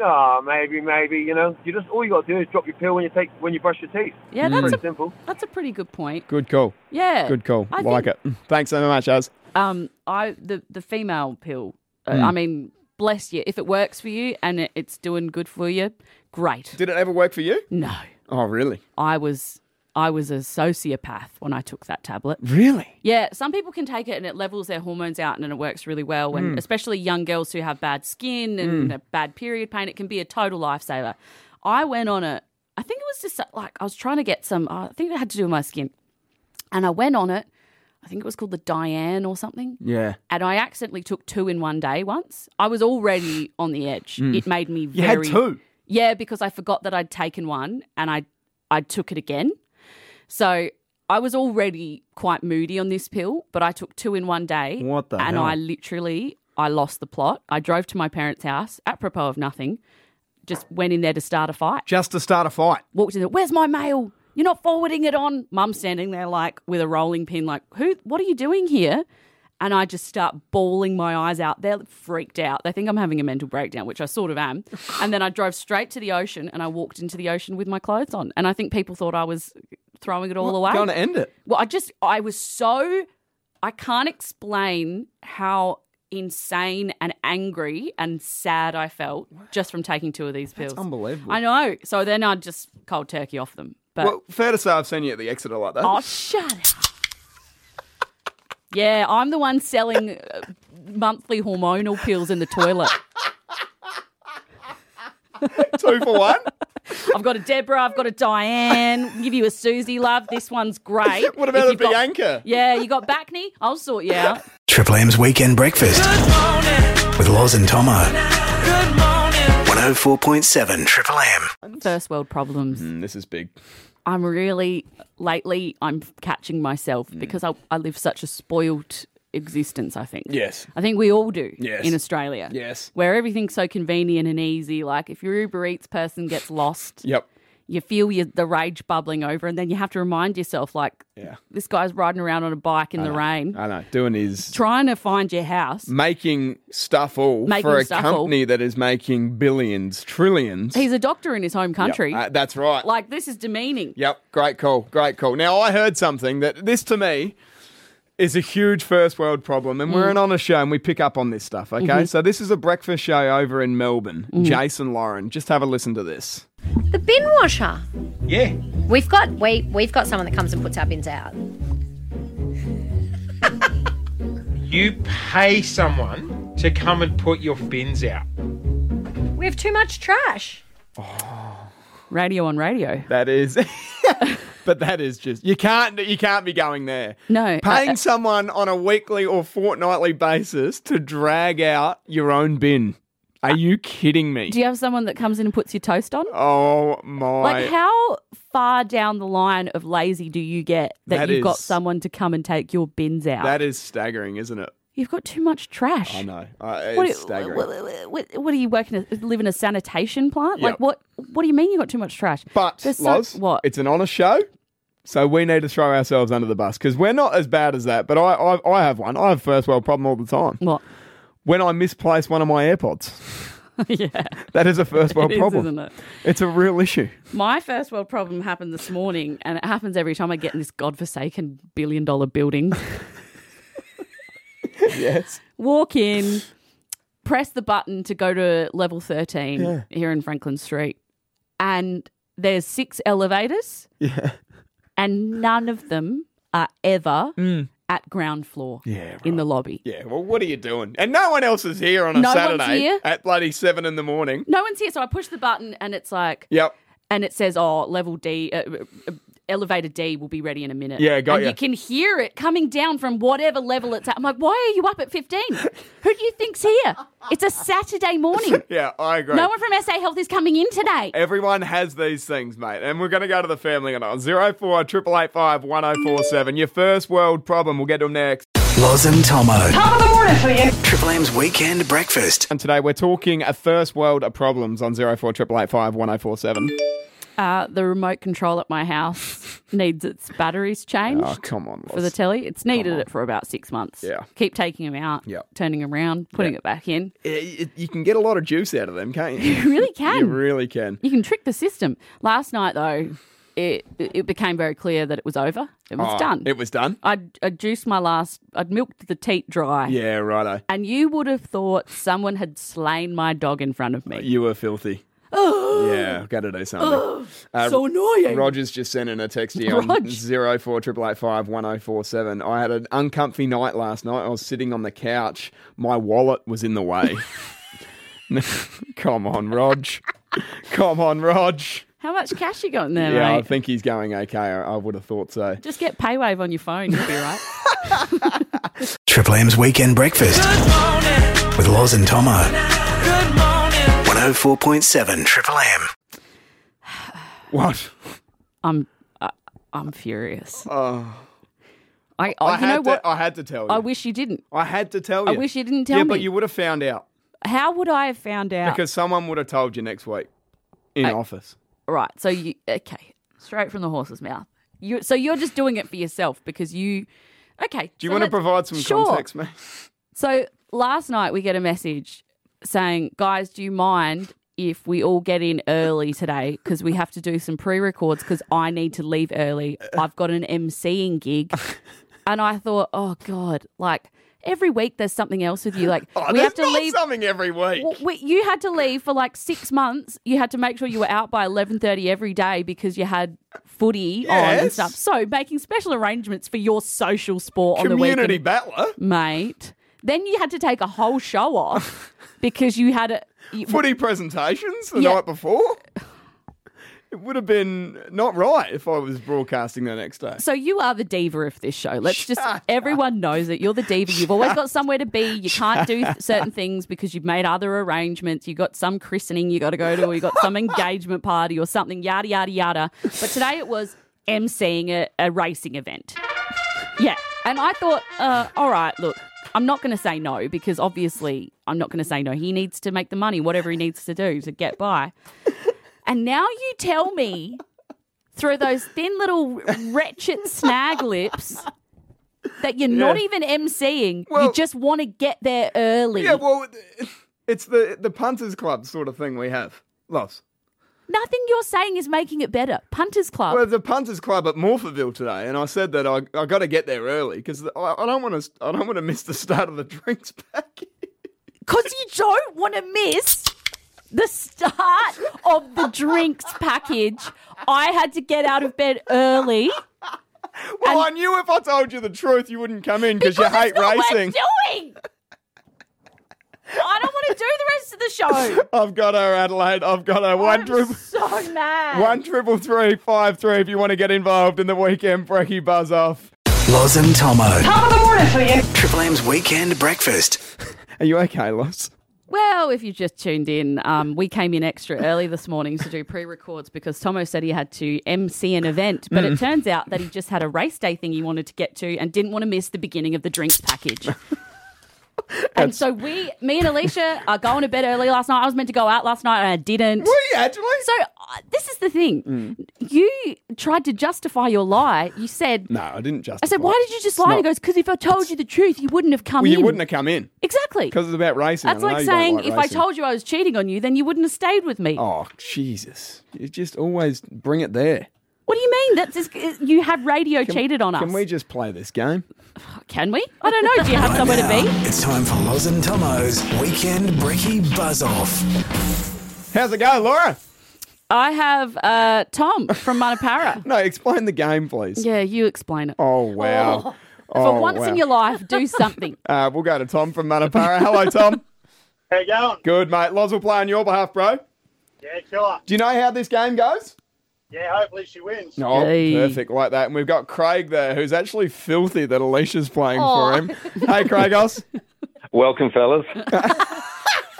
[SPEAKER 5] Ah, maybe, maybe. You know, you just all you got to do is drop your pill when you take when you brush your teeth.
[SPEAKER 4] Yeah, that's
[SPEAKER 5] Pretty
[SPEAKER 4] a
[SPEAKER 5] simple.
[SPEAKER 4] that's a pretty good point.
[SPEAKER 3] Good call.
[SPEAKER 4] Yeah,
[SPEAKER 3] Mm. Good call.
[SPEAKER 4] I
[SPEAKER 3] like
[SPEAKER 4] think,
[SPEAKER 3] it. Mm. Thanks so much, Az.
[SPEAKER 4] Um, I the the female pill. Uh, I mean, bless you. If it works for you and it, it's doing good for you, great.
[SPEAKER 3] Did it ever work for you?
[SPEAKER 4] No,
[SPEAKER 3] Oh, really?
[SPEAKER 4] I was I was a sociopath when I took that tablet.
[SPEAKER 3] Mm. Really?
[SPEAKER 4] Yeah, some people can take it and it levels their hormones out and then it works really well. And especially young girls who have bad skin and a bad period pain, it can be a total lifesaver. I went on it. I think it was just uh, like I was trying to get some. uh, I think it had to do with my skin, and I went on it. I think it was called the Diane or something.
[SPEAKER 3] Yeah.
[SPEAKER 4] And I accidentally took two in one day once. I was already on the edge. It made me
[SPEAKER 3] Mm. You
[SPEAKER 4] very
[SPEAKER 3] had two.
[SPEAKER 4] yeah, because I forgot that I'd taken one and I I took it again. So I was already quite moody on this pill, but I took two in one day.
[SPEAKER 3] What the
[SPEAKER 4] And
[SPEAKER 3] hell?
[SPEAKER 4] I literally I lost the plot. I drove to my parents' house apropos of nothing. Just went in there to start a fight.
[SPEAKER 3] Just to start a fight.
[SPEAKER 4] Walked in there. Where's my mail? You're not forwarding it on. Mum standing there like with a rolling pin, like who? What are you doing here? And I just start bawling my eyes out. They're freaked out. They think I'm having a mental breakdown, which I sort of am. And then I drove straight to the ocean and I walked into the ocean with my clothes on. And I think people thought I was throwing it all away. Uh,
[SPEAKER 3] Going to end it.
[SPEAKER 4] Well, I just, I was so, I can't explain how insane and angry and sad I felt just from taking two of these pills.
[SPEAKER 3] unbelievable.
[SPEAKER 4] I know. So then I just cold turkey off them. But
[SPEAKER 3] Well, fair to say I've seen you at the Exeter like that.
[SPEAKER 4] oh, shut up. Yeah, I'm the one selling uh, monthly hormonal pills in the toilet.
[SPEAKER 3] Two for one?
[SPEAKER 4] I've got a Deborah, I've got a Diane, give you a Susie, love. This one's great.
[SPEAKER 3] What
[SPEAKER 4] If
[SPEAKER 3] about a
[SPEAKER 4] you've got-
[SPEAKER 3] Bianca?
[SPEAKER 4] Yeah, you got back knee? I'll sort you out.
[SPEAKER 2] Triple M's Weekend Breakfast. With Loz and Tomo. 104.7 Triple M.
[SPEAKER 4] First world problems.
[SPEAKER 3] Mm, this is big.
[SPEAKER 4] I'm really lately I'm catching myself
[SPEAKER 3] Mm.
[SPEAKER 4] because I, I live such a spoilt existence, I think.
[SPEAKER 3] Yes.
[SPEAKER 4] I think we all do
[SPEAKER 3] Yes.
[SPEAKER 4] in Australia.
[SPEAKER 3] Yes.
[SPEAKER 4] Where everything's so convenient and easy. Like if your Uber Eats person gets lost,
[SPEAKER 3] Yep.
[SPEAKER 4] you feel your, the rage bubbling over, and then you have to remind yourself, like,
[SPEAKER 3] Yeah.
[SPEAKER 4] this guy's riding around on a bike in the rain,
[SPEAKER 3] I Mm. know. Doing his
[SPEAKER 4] trying to find your house.
[SPEAKER 3] making stuff all
[SPEAKER 4] Making
[SPEAKER 3] for a
[SPEAKER 4] stuff
[SPEAKER 3] company that is making billions, trillions.
[SPEAKER 4] He's a doctor in his home
[SPEAKER 3] Yep.
[SPEAKER 4] country.
[SPEAKER 3] Uh, that's right.
[SPEAKER 4] like, this is demeaning.
[SPEAKER 3] Yep, great call, great call. Now I heard something that this to me is a huge first world problem, and
[SPEAKER 4] Mm.
[SPEAKER 3] we're an honest show and we pick up on this stuff. Okay,
[SPEAKER 4] Mm-hmm.
[SPEAKER 3] so this is a breakfast show over in Melbourne. Jason Lauren, just have a listen to this.
[SPEAKER 8] The bin washer.
[SPEAKER 6] Yeah.
[SPEAKER 8] We've got we we've got someone that comes and puts our bins out.
[SPEAKER 9] You pay someone to come and put your bins out.
[SPEAKER 8] We have too much trash.
[SPEAKER 4] Radio on radio.
[SPEAKER 3] That is. But that is just you can't you can't be going there.
[SPEAKER 4] No, uh,
[SPEAKER 3] paying
[SPEAKER 4] I- I-
[SPEAKER 3] someone on a weekly or fortnightly basis to drag out your own bin. Are you kidding me?
[SPEAKER 4] Uh, Do you have someone that comes in and puts your toast on?
[SPEAKER 3] oh my!
[SPEAKER 4] Like, how far down the line of lazy do you get that,
[SPEAKER 3] That
[SPEAKER 4] you've got
[SPEAKER 3] is-
[SPEAKER 4] someone to come and take your bins out?
[SPEAKER 3] that is staggering, isn't it?
[SPEAKER 4] you've got too much trash.
[SPEAKER 3] I know. Uh, it's
[SPEAKER 4] What,
[SPEAKER 3] staggering.
[SPEAKER 4] what, what, what are you working? At, live in a sanitation plant?
[SPEAKER 3] Yep.
[SPEAKER 4] Like what? What do you mean you got too much trash?
[SPEAKER 3] But
[SPEAKER 4] There's so-
[SPEAKER 3] Loz,
[SPEAKER 4] what?
[SPEAKER 3] It's an honest show, so we need to throw ourselves under the bus because we're not as bad as that. But I, I, I have one. I have first world problem all the time.
[SPEAKER 4] what?
[SPEAKER 3] When I misplace one of my AirPods,
[SPEAKER 4] yeah,
[SPEAKER 3] that is a first world
[SPEAKER 4] it is,
[SPEAKER 3] problem.
[SPEAKER 4] isn't it?
[SPEAKER 3] It's a real issue.
[SPEAKER 4] My first world problem happened this morning, and it happens every time I get in this godforsaken billion dollar building.
[SPEAKER 3] Yes.
[SPEAKER 4] Walk in, press the button to go to level 13 here in Franklin Street, and there's six elevators,
[SPEAKER 3] Yeah.
[SPEAKER 4] and none of them are ever at ground floor
[SPEAKER 3] Mm. Yeah,
[SPEAKER 4] in the lobby.
[SPEAKER 3] Yeah. Well, what are you doing? And no one else is here on a
[SPEAKER 4] No one's
[SPEAKER 3] Saturday
[SPEAKER 4] here.
[SPEAKER 3] at bloody seven in the morning.
[SPEAKER 4] No one's here, so I push the button, and it's like,
[SPEAKER 3] Yep.
[SPEAKER 4] and it says, "Oh, level D, uh, uh, elevator D will be ready in a minute.
[SPEAKER 3] Yeah, got
[SPEAKER 4] And
[SPEAKER 3] ya.
[SPEAKER 4] you can hear it coming down from whatever level it's at. I'm like, why are you up at 15? Who do you think's here? It's a Saturday morning.
[SPEAKER 3] Yeah, I agree.
[SPEAKER 4] No one from SA Health is coming in today.
[SPEAKER 3] Everyone has these things, mate. And we're going to go to the family on it. 04 885 1047. Your first world problem. We'll get to them next.
[SPEAKER 2] Loz and Tomo. Top of the morning for you. Triple M's Weekend Breakfast.
[SPEAKER 3] And today we're talking a first world of problems on 04 885 1047.
[SPEAKER 4] Uh, the remote control at my house needs its batteries changed.
[SPEAKER 3] Oh, come on, Loz.
[SPEAKER 4] for the telly. It's needed it for about six months.
[SPEAKER 3] Yeah.
[SPEAKER 4] Keep taking them out,
[SPEAKER 3] Yeah.
[SPEAKER 4] turning them around, putting it back in.
[SPEAKER 3] It- it- you can get a lot of juice out of them, can't you?
[SPEAKER 4] You really can.
[SPEAKER 3] You really can.
[SPEAKER 4] You can trick the system. Last night, though, it it became very clear that it was over. It was
[SPEAKER 3] Oh,
[SPEAKER 4] done.
[SPEAKER 3] It was done?
[SPEAKER 4] I'd, I'd juiced my last, I'd milked the teat dry.
[SPEAKER 3] Yeah, righto.
[SPEAKER 4] And you would have thought someone had slain my dog in front of me.
[SPEAKER 3] You were filthy. yeah, got to do something. Uh,
[SPEAKER 4] Oh, so annoying.
[SPEAKER 3] Roger's just sending a text here on
[SPEAKER 4] Rog.
[SPEAKER 3] 0488851047. I had an uncomfy night last night. I was sitting on the couch. My wallet was in the way. Come on, Rog. Come on, Rog.
[SPEAKER 4] How much cash you got in there,
[SPEAKER 3] Yeah, I
[SPEAKER 4] mate?
[SPEAKER 3] think he's going okay. I, I would have thought so.
[SPEAKER 4] Just get paywave on your phone. You'll be right.
[SPEAKER 2] Triple M's Weekend Breakfast. With Loz and Tomo. Good morning. 104.7 Triple M.
[SPEAKER 3] What?
[SPEAKER 4] I'm, I, I'm furious. Oh. I, I, Oh, you
[SPEAKER 3] had
[SPEAKER 4] know what?
[SPEAKER 3] To, oh. I had to tell you.
[SPEAKER 4] I
[SPEAKER 3] I
[SPEAKER 4] wish you didn't.
[SPEAKER 3] had to tell you.
[SPEAKER 4] I wish you didn't tell
[SPEAKER 3] yeah,
[SPEAKER 4] me. Ah.
[SPEAKER 3] but you would have found out
[SPEAKER 4] How would I have found out?
[SPEAKER 3] because someone would have told you next week in office.
[SPEAKER 4] right, so you okay, straight from the horse's mouth. You so you're just doing it for yourself because you okay.
[SPEAKER 3] Do you want to provide some
[SPEAKER 4] sure.
[SPEAKER 3] context, mate?
[SPEAKER 4] So last night we get a message saying, "Guys, do you mind if we all get in early today because we have to do some pre-records because I need to leave early. I've got an MCing gig." And I thought, "Oh god, like every week there's something else with you like
[SPEAKER 3] Oh,
[SPEAKER 4] we
[SPEAKER 3] there's
[SPEAKER 4] have to
[SPEAKER 3] not
[SPEAKER 4] leave
[SPEAKER 3] something every week.
[SPEAKER 4] Well, we, you had to leave for like six months. You had to make sure you were out by eleven thirty every day because you had footy on and
[SPEAKER 3] Yes.
[SPEAKER 4] stuff. So making special arrangements for your social sport on the
[SPEAKER 3] Community
[SPEAKER 4] weekend,
[SPEAKER 3] battler.
[SPEAKER 4] mate. Then you had to take a whole show off because you had a. you-
[SPEAKER 3] Footy presentations the
[SPEAKER 4] Yeah.
[SPEAKER 3] night before. It would have been not right if I was broadcasting the next day.
[SPEAKER 4] so you are the diva of this show. Let's just
[SPEAKER 3] Shut
[SPEAKER 4] everyone knows it. You're the diva. You've always got somewhere to be. You can't do th- certain things because you've made other arrangements. You got some christening you got to go to, or you got some engagement party or something. Yada yada yada. But today it was emceeing a, a racing event. Yeah, and I thought, uh, all right, look, I'm not going to say no because obviously I'm not going to say no. He needs to make the money, whatever he needs to do to get by. And now you tell me through those thin little wretched snag lips that you're not
[SPEAKER 3] Yeah.
[SPEAKER 4] even MCing.
[SPEAKER 3] Well-
[SPEAKER 4] you just want to get there early.
[SPEAKER 3] Yeah, well, it's the the punters club sort of thing we have. Loss.
[SPEAKER 4] Nothing you're saying is making it better. Punters Club.
[SPEAKER 3] Well, the punters club at Morpheville today, and I said that I, I got to get there early because I, I don't want to I don't want to miss the start of the drinks package.
[SPEAKER 4] Because you don't want to miss the start of the drinks package. I had to get out of bed early.
[SPEAKER 3] Well, I knew if I told you the truth, you wouldn't come in because you
[SPEAKER 4] That's
[SPEAKER 3] hate
[SPEAKER 4] not what
[SPEAKER 3] racing.
[SPEAKER 4] I'm doing. I don't want to do the rest of the show.
[SPEAKER 3] I've got her, Adelaide. I've got her. One
[SPEAKER 4] I'm
[SPEAKER 3] triple.
[SPEAKER 4] so mad.
[SPEAKER 3] One triple three five three. If you want to get involved in the weekend brekkie buzz off,
[SPEAKER 2] Loz and Tomo. Top of the morning for you. Triple M's Weekend Breakfast.
[SPEAKER 3] are you okay, Loss?
[SPEAKER 4] Well, if you've just tuned in, um, we came in extra early this morning to do pre records because Tomo said he had to MC an event, but
[SPEAKER 3] Mm.
[SPEAKER 4] it turns out that he just had a race day thing he wanted to get to and didn't want to miss the beginning of the drinks package. and so we, me and Alicia, are going to bed early last night. I was meant to go out last night and I didn't.
[SPEAKER 3] Were you Mm. actually?
[SPEAKER 4] So uh, this is the thing. You tried to justify your lie. You said,
[SPEAKER 3] no, I didn't just.
[SPEAKER 4] I said, why did you just lie? And he
[SPEAKER 3] not-
[SPEAKER 4] goes, because if I told you the truth, you wouldn't have come
[SPEAKER 3] Well,
[SPEAKER 4] in.
[SPEAKER 3] you wouldn't have come in
[SPEAKER 4] Exactly.
[SPEAKER 3] because it's about racing.
[SPEAKER 4] That's
[SPEAKER 3] and I
[SPEAKER 4] like
[SPEAKER 3] know you don't
[SPEAKER 4] saying
[SPEAKER 3] like
[SPEAKER 4] if I
[SPEAKER 3] racing.
[SPEAKER 4] told you I was cheating on you, then you wouldn't have stayed with me.
[SPEAKER 3] Oh Jesus! You just always bring it there.
[SPEAKER 4] What do you mean? That's just, you have radio cheated on us.
[SPEAKER 3] Can we just play this game?
[SPEAKER 4] Can we? I don't know. Do you have somewhere to be?
[SPEAKER 2] It's time for Loz and Tomo's Weekend Brekkie Buzz Off.
[SPEAKER 3] How's it going, Laura?
[SPEAKER 4] I have uh, Tom from Manapara.
[SPEAKER 3] No, explain the game, please.
[SPEAKER 4] yeah, you explain it.
[SPEAKER 3] Oh wow! Oh,
[SPEAKER 4] For once in
[SPEAKER 3] wow.
[SPEAKER 4] your life, do something.
[SPEAKER 3] Uh, we'll go to Tom from Manapara. Hello, Tom.
[SPEAKER 5] How you going?
[SPEAKER 3] Good, mate. Loz will play on your behalf, bro.
[SPEAKER 5] Yeah, sure.
[SPEAKER 3] Do you know how this game goes?
[SPEAKER 10] Yeah, hopefully she wins.
[SPEAKER 3] Oh,
[SPEAKER 4] Hey.
[SPEAKER 3] perfect, like that. And we've got Craig there, who's actually filthy that Alicia's playing
[SPEAKER 4] Aw.
[SPEAKER 3] for him. hey, Craigos,
[SPEAKER 7] Welcome, fellas.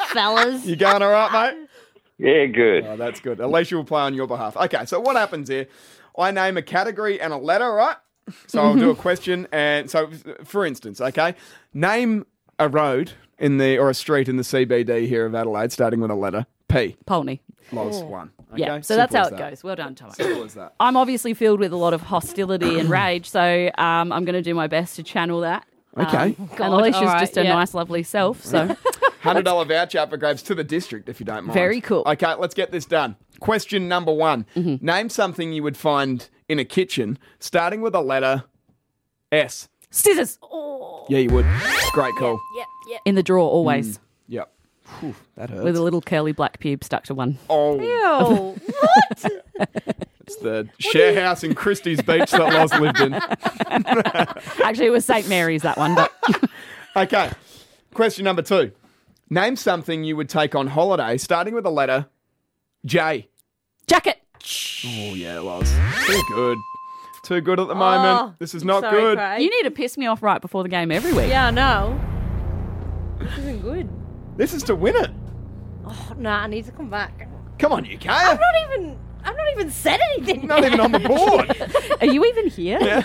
[SPEAKER 4] fellas.
[SPEAKER 3] you going all right, mate?
[SPEAKER 7] Yeah, good.
[SPEAKER 3] Oh, that's good. Alicia will play on your behalf. Okay, so what happens here? I name a category and a letter, right? So I'll do a question, and so for instance, okay, name a road in the or a street in the CBD here of Adelaide, starting with a letter P.
[SPEAKER 4] Polney.
[SPEAKER 3] Los one. Okay?
[SPEAKER 4] Yeah. So that's how it
[SPEAKER 3] Simple as
[SPEAKER 4] goes. Um, Well done, Thomas.
[SPEAKER 3] that. Simple as that.
[SPEAKER 4] I'm obviously filled with a lot of hostility and rage, so um, I'm going to do my best to channel that.
[SPEAKER 3] Okay.
[SPEAKER 4] Um, and Alicia's
[SPEAKER 11] Oh, all right,
[SPEAKER 4] just a
[SPEAKER 11] yeah.
[SPEAKER 4] nice, lovely self. So
[SPEAKER 3] Hundred dollar voucher up for grabs to the district if you don't mind.
[SPEAKER 4] Very cool. Mm-hmm.
[SPEAKER 3] Okay, let's get this done. Question number one: Name something you would find in a kitchen, starting with a letter S.
[SPEAKER 4] scissors. Oh,
[SPEAKER 3] Yeah, you would. Great call.
[SPEAKER 4] In the drawer
[SPEAKER 3] Mm.
[SPEAKER 4] always,
[SPEAKER 3] Yep. Whew, that hurts.
[SPEAKER 4] with a little curly black pube stuck to one.
[SPEAKER 3] oh,
[SPEAKER 8] Ew.
[SPEAKER 3] it's the share house in Christie's Beach that Los lived in.
[SPEAKER 4] Actually, it was St Mary's that one, but
[SPEAKER 3] Okay. Question number two: Name something you would take on holiday, starting with a letter J.
[SPEAKER 4] jacket.
[SPEAKER 3] Oh yeah, Los. Too good. Too good at the moment.
[SPEAKER 11] Oh,
[SPEAKER 3] this is not
[SPEAKER 11] Sorry,
[SPEAKER 3] good.
[SPEAKER 11] Craig.
[SPEAKER 4] You need to piss me off right before the game every week.
[SPEAKER 11] yeah, I know. This isn't good.
[SPEAKER 3] This is to win it.
[SPEAKER 11] Oh, nah, I need to come back.
[SPEAKER 3] Come on, UK.
[SPEAKER 11] I'm not even. I've not even said anything.
[SPEAKER 3] Not even on the board.
[SPEAKER 4] Are you even here?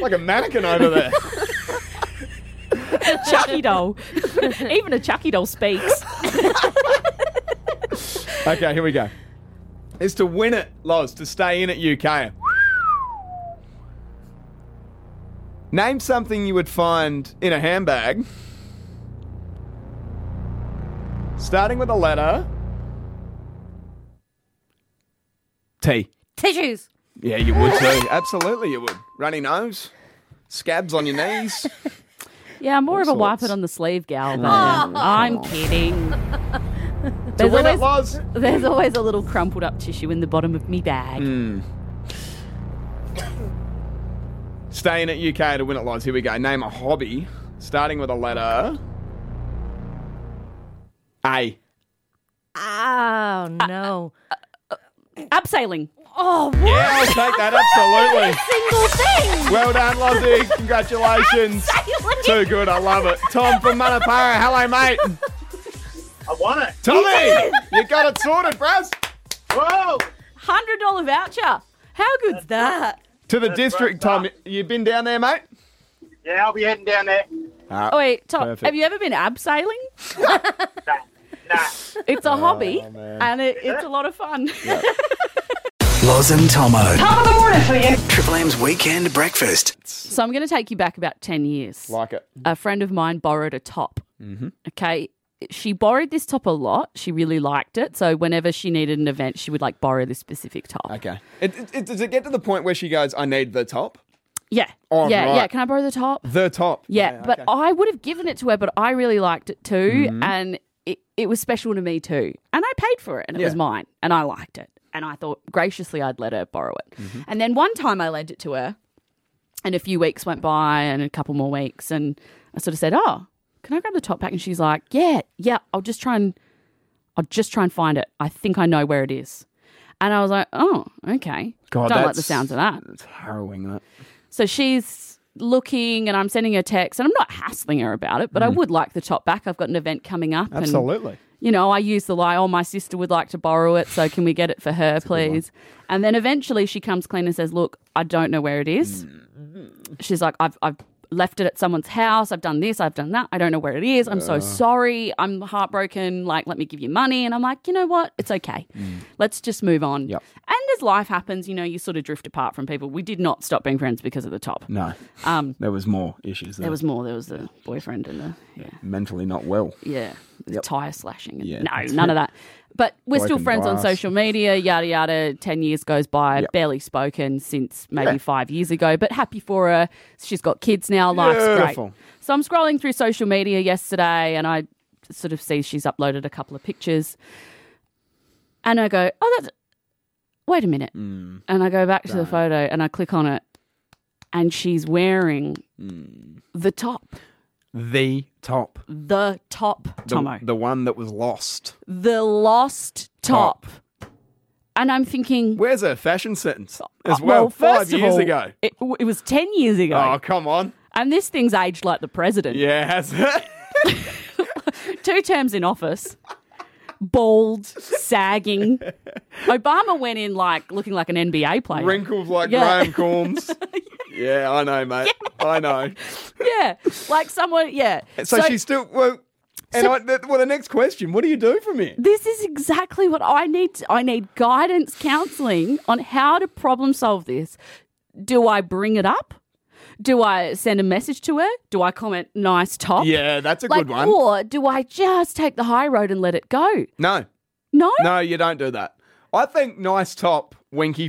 [SPEAKER 3] like a mannequin over there.
[SPEAKER 4] Chucky doll. even a Chucky doll speaks.
[SPEAKER 3] Okay, here we go. It's to win it, Loz, to stay in at UK. Name something you would find in a handbag. Starting with a letter T.
[SPEAKER 11] Tissues.
[SPEAKER 3] Yeah, you would too. Absolutely, you would. Runny nose, scabs on your knees.
[SPEAKER 4] Yeah, I'm more
[SPEAKER 3] All
[SPEAKER 4] of a wipe
[SPEAKER 3] sorts.
[SPEAKER 4] it on the sleeve gal. But
[SPEAKER 11] Oh.
[SPEAKER 4] um, I'm kidding.
[SPEAKER 3] to
[SPEAKER 4] There's
[SPEAKER 3] win
[SPEAKER 4] always,
[SPEAKER 3] it, Loz.
[SPEAKER 4] there's always a little crumpled up tissue in the bottom of me bag.
[SPEAKER 3] Mm. Staying at UK to win it lives. Here we go. Name a hobby starting with a letter A.
[SPEAKER 11] Oh no.
[SPEAKER 4] Uh, Abseiling.
[SPEAKER 11] oh, what
[SPEAKER 3] Yeah, I'll take that absolutely.
[SPEAKER 11] single thing?
[SPEAKER 3] Well done, Lozzie. Congratulations. Too good. I love it. Tom from Manapara. Hello, mate.
[SPEAKER 10] I won it.
[SPEAKER 3] Tommy, you got it sorted, bros.
[SPEAKER 10] Whoa!
[SPEAKER 4] Hundred dollar voucher. How good's that?
[SPEAKER 3] To the district, Tom. You been down there, mate?
[SPEAKER 10] Yeah, I'll be heading down there.
[SPEAKER 4] Oh wait, Tom,
[SPEAKER 3] Perfect.
[SPEAKER 4] have you ever been abseiling?
[SPEAKER 10] Nah, nah.
[SPEAKER 4] It's
[SPEAKER 3] Oh,
[SPEAKER 4] a hobby, and it, it's a lot of fun.
[SPEAKER 2] Loz and Tomo. Top of the morning for you. Triple M's weekend breakfast.
[SPEAKER 4] so I'm going to take you back about ten years.
[SPEAKER 3] Like Mm-hmm. it.
[SPEAKER 4] a friend of mine borrowed a top. Okay. She borrowed this top a lot. She really liked it. So whenever she needed an event, she would like borrow this specific top.
[SPEAKER 3] Okay. It, it, it- does it get to the point where she goes, I need the top?
[SPEAKER 4] Yeah.
[SPEAKER 3] Oh,
[SPEAKER 4] yeah.
[SPEAKER 3] right.
[SPEAKER 4] Yeah. Can I borrow the top?
[SPEAKER 3] The top.
[SPEAKER 4] Yeah. but
[SPEAKER 3] okay. Mm-hmm.
[SPEAKER 4] I would have given it to her, but I really liked it too. And it, it was special to me too. And I paid for it and it was
[SPEAKER 3] Yeah.
[SPEAKER 4] mine and I liked it. And I thought graciously I'd let her borrow it.
[SPEAKER 3] Mm-hmm.
[SPEAKER 4] And then one time I lent it to her and a few weeks went by and a couple more weeks. And I sort of said, Oh, can I grab the top back? And she's like, Yeah, yeah, I'll just try and I'll just try and find it. I think I know where it is. And I was like, Oh, okay.
[SPEAKER 3] God,
[SPEAKER 4] Don't like the
[SPEAKER 3] that's-
[SPEAKER 4] sounds of that.
[SPEAKER 3] It's harrowing, that.
[SPEAKER 4] So she's looking and I'm sending her text and I'm not hassling her about it, but I would like the top back. I've got an event coming up.
[SPEAKER 3] Absolutely.
[SPEAKER 4] And, you know, I use the lie, oh, my sister would like to borrow it, so can we get it for her, please? And then eventually she comes clean and says, look, I don't know where it is.
[SPEAKER 3] Mm.
[SPEAKER 4] She's like, I've, I've left it at someone's house. I've done this, I've done that. I don't know where it is. I'm so sorry. I'm heartbroken. Like, let me give you money. And I'm like, you know what? It's okay. Let's just move on.
[SPEAKER 3] Mm. Yep.
[SPEAKER 4] And as life happens, you know, you sort of drift apart from people. We did not stop being friends because of the top.
[SPEAKER 3] No.
[SPEAKER 4] Um,
[SPEAKER 3] There was more issues there.
[SPEAKER 4] there was more. There was the boyfriend and the yeah,
[SPEAKER 3] mentally not well.
[SPEAKER 4] yeah, the tire slashing. And
[SPEAKER 3] Yeah.
[SPEAKER 4] No, none of that. But we're still
[SPEAKER 3] Broken
[SPEAKER 4] friends on
[SPEAKER 3] glass.
[SPEAKER 4] social media. Yada yada. Ten years goes by.
[SPEAKER 3] Yep.
[SPEAKER 4] Barely spoken since maybe five years ago. But happy for her. She's got kids now. Life's
[SPEAKER 3] Beautiful.
[SPEAKER 4] great. So I'm scrolling through social media yesterday, and I sort of see she's uploaded a couple of pictures, and I go, "Oh, that's." Wait a minute.
[SPEAKER 3] Hmm.
[SPEAKER 4] And I go back to the photo and I click on it, and she's wearing
[SPEAKER 3] Hmm.
[SPEAKER 4] the top.
[SPEAKER 3] The top.
[SPEAKER 4] the top
[SPEAKER 3] The,
[SPEAKER 4] Tomo. The,
[SPEAKER 3] the one that was lost.
[SPEAKER 4] lost top. and I'm thinking,
[SPEAKER 3] where's a fashion sentence as well?
[SPEAKER 4] Uh, first
[SPEAKER 3] five
[SPEAKER 4] of
[SPEAKER 3] years
[SPEAKER 4] all,
[SPEAKER 3] ago.
[SPEAKER 4] It, w- it was 10 years ago.
[SPEAKER 3] Oh, come on.
[SPEAKER 4] And this thing's aged like the president.
[SPEAKER 3] Yeah, has it?
[SPEAKER 4] Two terms in office. Bald, sagging. Obama went in like looking like an NBA player.
[SPEAKER 3] Wrinkles like
[SPEAKER 4] Yeah.
[SPEAKER 3] Graham Corns. yeah, I know, mate. I know.
[SPEAKER 4] yeah, like someone. Yeah.
[SPEAKER 3] So, she's still well. And
[SPEAKER 4] So-
[SPEAKER 3] I, th- well, the next question: What do you do from here?
[SPEAKER 4] This is exactly what I need. to- I need guidance, counselling on how to problem solve this. Do I bring it up? Do I send a message to her? Do I comment, nice top?
[SPEAKER 3] Yeah, that's a
[SPEAKER 4] Like,
[SPEAKER 3] good one.
[SPEAKER 4] Or do I just take the high road and let it go?
[SPEAKER 3] No.
[SPEAKER 4] No?
[SPEAKER 3] No, you don't do that. I think nice top, winky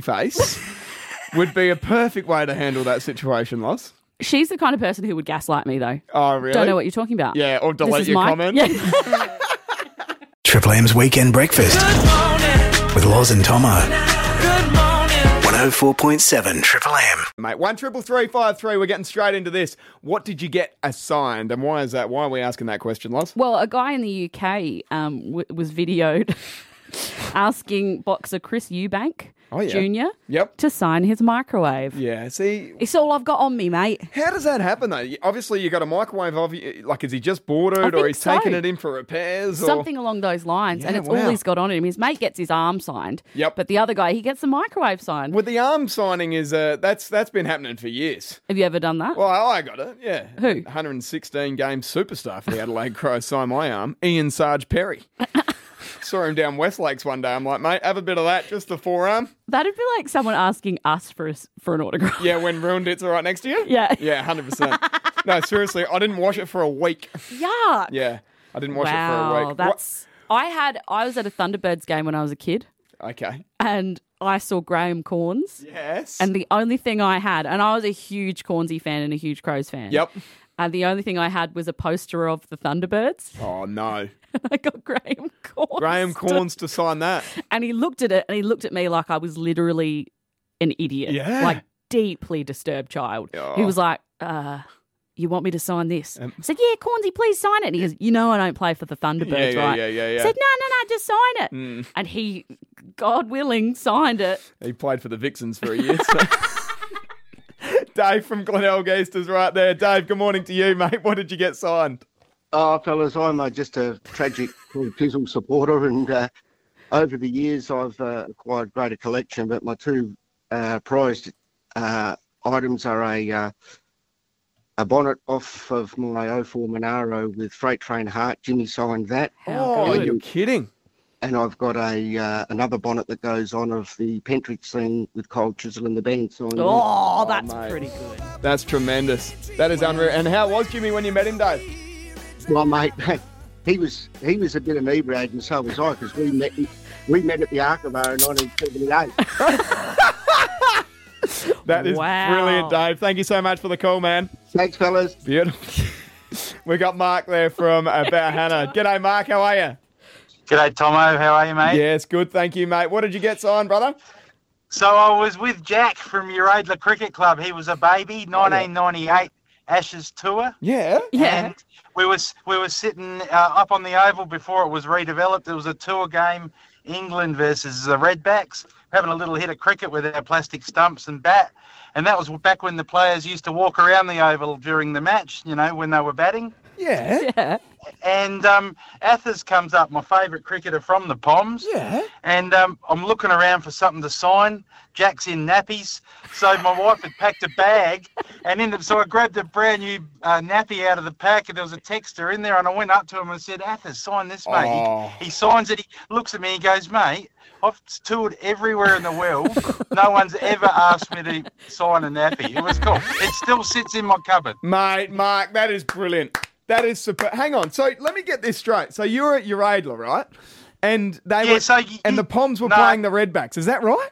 [SPEAKER 3] face would be a perfect way to handle that situation, Loss.
[SPEAKER 4] She's the kind of person who would gaslight me, though.
[SPEAKER 3] Oh, really?
[SPEAKER 4] Don't know what you're talking about.
[SPEAKER 3] Yeah, or
[SPEAKER 4] This
[SPEAKER 3] delete
[SPEAKER 4] is
[SPEAKER 3] your
[SPEAKER 4] my-
[SPEAKER 3] comment.
[SPEAKER 4] Yeah.
[SPEAKER 2] Triple M's Weekend Breakfast. With Loz and Tomo. 104.7 Triple M.
[SPEAKER 3] Mate, one triple three five three. We're getting straight into this. What did you get assigned, and why is that? Why are we asking that question, Loz?
[SPEAKER 4] Well, a guy in the UK um, w- was videoed asking boxer Chris Eubank
[SPEAKER 3] Oh, yeah.
[SPEAKER 4] Jr.
[SPEAKER 3] Yep.
[SPEAKER 4] to sign his microwave.
[SPEAKER 3] Yeah. See,
[SPEAKER 4] It's all I've got on me, mate.
[SPEAKER 3] How does that happen though? You- Obviously, you got a microwave. obvi- Like, is he just bought
[SPEAKER 4] I
[SPEAKER 3] it,
[SPEAKER 4] think
[SPEAKER 3] or he's
[SPEAKER 4] so.
[SPEAKER 3] taking it in for repairs?
[SPEAKER 4] Something along those lines, and
[SPEAKER 3] Yeah,
[SPEAKER 4] it's
[SPEAKER 3] wow.
[SPEAKER 4] all he's got on him. His mate gets his arm signed,
[SPEAKER 3] Yep.
[SPEAKER 4] but the other guy he gets the microwave signed.
[SPEAKER 3] Or... With the arm signing is uh, that's that's been happening for years.
[SPEAKER 4] Have you ever done that?
[SPEAKER 3] Well, I got it. Yeah.
[SPEAKER 4] Who?
[SPEAKER 3] 116 game superstar for the Adelaide Crows. Sign my arm, Ian Sarge Perry. Saw him down West Lakes one day. I'm like, mate, have a bit of that, just the forearm.
[SPEAKER 4] That'd be like someone asking us for a s for an autograph.
[SPEAKER 3] Yeah, when ruined, it's all right next to you.
[SPEAKER 4] Yeah.
[SPEAKER 3] Yeah, 100. percent No, seriously, I didn't wash it for a week.
[SPEAKER 4] Yuck.
[SPEAKER 3] Yeah, I didn't wash it for a
[SPEAKER 4] Wow,
[SPEAKER 3] week.
[SPEAKER 4] that's. I had. I was at a Thunderbirds game when I was a kid,
[SPEAKER 3] What? Okay.
[SPEAKER 4] and I saw Graham Corns.
[SPEAKER 3] Yes.
[SPEAKER 4] And the only thing I had, and I was a huge Cornsy fan and a huge Crows fan.
[SPEAKER 3] Yep.
[SPEAKER 4] And the only thing I had was a poster of the Thunderbirds.
[SPEAKER 3] Oh no.
[SPEAKER 4] I got Graham Corns.
[SPEAKER 3] Graham Corns to sign that.
[SPEAKER 4] And he looked at it and he looked at me like I was literally an idiot.
[SPEAKER 3] Yeah.
[SPEAKER 4] Like deeply disturbed child. He
[SPEAKER 3] Oh. Um,
[SPEAKER 4] was like, uh, you want me to sign this? I said, yeah, Cornsy, please sign it. And he goes, you know I don't play for the Thunderbirds,
[SPEAKER 3] yeah,
[SPEAKER 4] right?
[SPEAKER 3] yeah, yeah, yeah.
[SPEAKER 4] I said, no, no, no, just sign it.
[SPEAKER 3] Mm.
[SPEAKER 4] And he, God willing, signed it.
[SPEAKER 3] He played for the Vixens for a year. So. Dave from Glenelg East is right there. Dave, good morning to you, mate. What did you get signed?
[SPEAKER 12] Oh, fellas, I'm uh, just a tragic Pizzle supporter, and uh, over the years I've uh, acquired greater collection. But my two uh, prized uh, items are a uh, a bonnet off of my 04 Monaro with Freight Train Heart. Jimmy signed that.
[SPEAKER 3] Oh,
[SPEAKER 12] And-
[SPEAKER 3] you're kidding.
[SPEAKER 12] And I've got a uh, another bonnet that goes on of the Pentridge scene with Cole Chisel and the band. Signed that.
[SPEAKER 4] Oh, that's pretty good.
[SPEAKER 3] That's tremendous. That is unreal. And how was Jimmy when you met him, Dave?
[SPEAKER 12] Well, mate, he was he was a bit inebriated, and so was I, because we met we met at the Arkamo in 1978.
[SPEAKER 3] That is
[SPEAKER 12] Wow.
[SPEAKER 3] brilliant, Dave. Thank you so much for the call, man.
[SPEAKER 12] Thanks, fellas.
[SPEAKER 3] Beautiful. we got Mark there from About Hannah. G'day, Mark. How are you?
[SPEAKER 10] G'day, Tomo. How are you, mate?
[SPEAKER 3] Yes, good. Thank you, mate. What did you get signed, brother?
[SPEAKER 10] So I was with Jack from Uradla Cricket Club. He was a
[SPEAKER 12] Oh,
[SPEAKER 10] baby, 1998 Ashes tour.
[SPEAKER 3] Yeah.
[SPEAKER 4] Yeah.
[SPEAKER 10] And we was we were sitting uh, up on the oval before it was redeveloped. It was a tour game, England versus the Redbacks, having a little hit of cricket with our plastic stumps and bat. And that was back when the players used to walk around the oval during the match. You know when they were batting.
[SPEAKER 3] Yeah.
[SPEAKER 4] Yeah.
[SPEAKER 10] And um, Athers comes up, my favourite cricketer from the Poms.
[SPEAKER 3] Yeah.
[SPEAKER 10] And um, I'm looking around for something to sign. Jack's in nappies. So my wife had packed a bag. And in the, so I grabbed a brand new uh, nappy out of the pack. And there was a texter in there. And I went up to him and said, Athers, sign this, mate. He-
[SPEAKER 3] Oh.
[SPEAKER 10] He, signs it. He looks at me and goes, mate, I've toured everywhere in the world. no one's ever asked me to sign a nappy. It was cool. It still sits in my cupboard.
[SPEAKER 3] Mate, Mark, that is brilliant. That is super. Hang on. So let me get this straight. So you were at Uradla, right? And they
[SPEAKER 10] Yeah,
[SPEAKER 3] were,
[SPEAKER 10] so you-
[SPEAKER 3] and the Poms were
[SPEAKER 10] no.
[SPEAKER 3] playing the Redbacks. Is that right?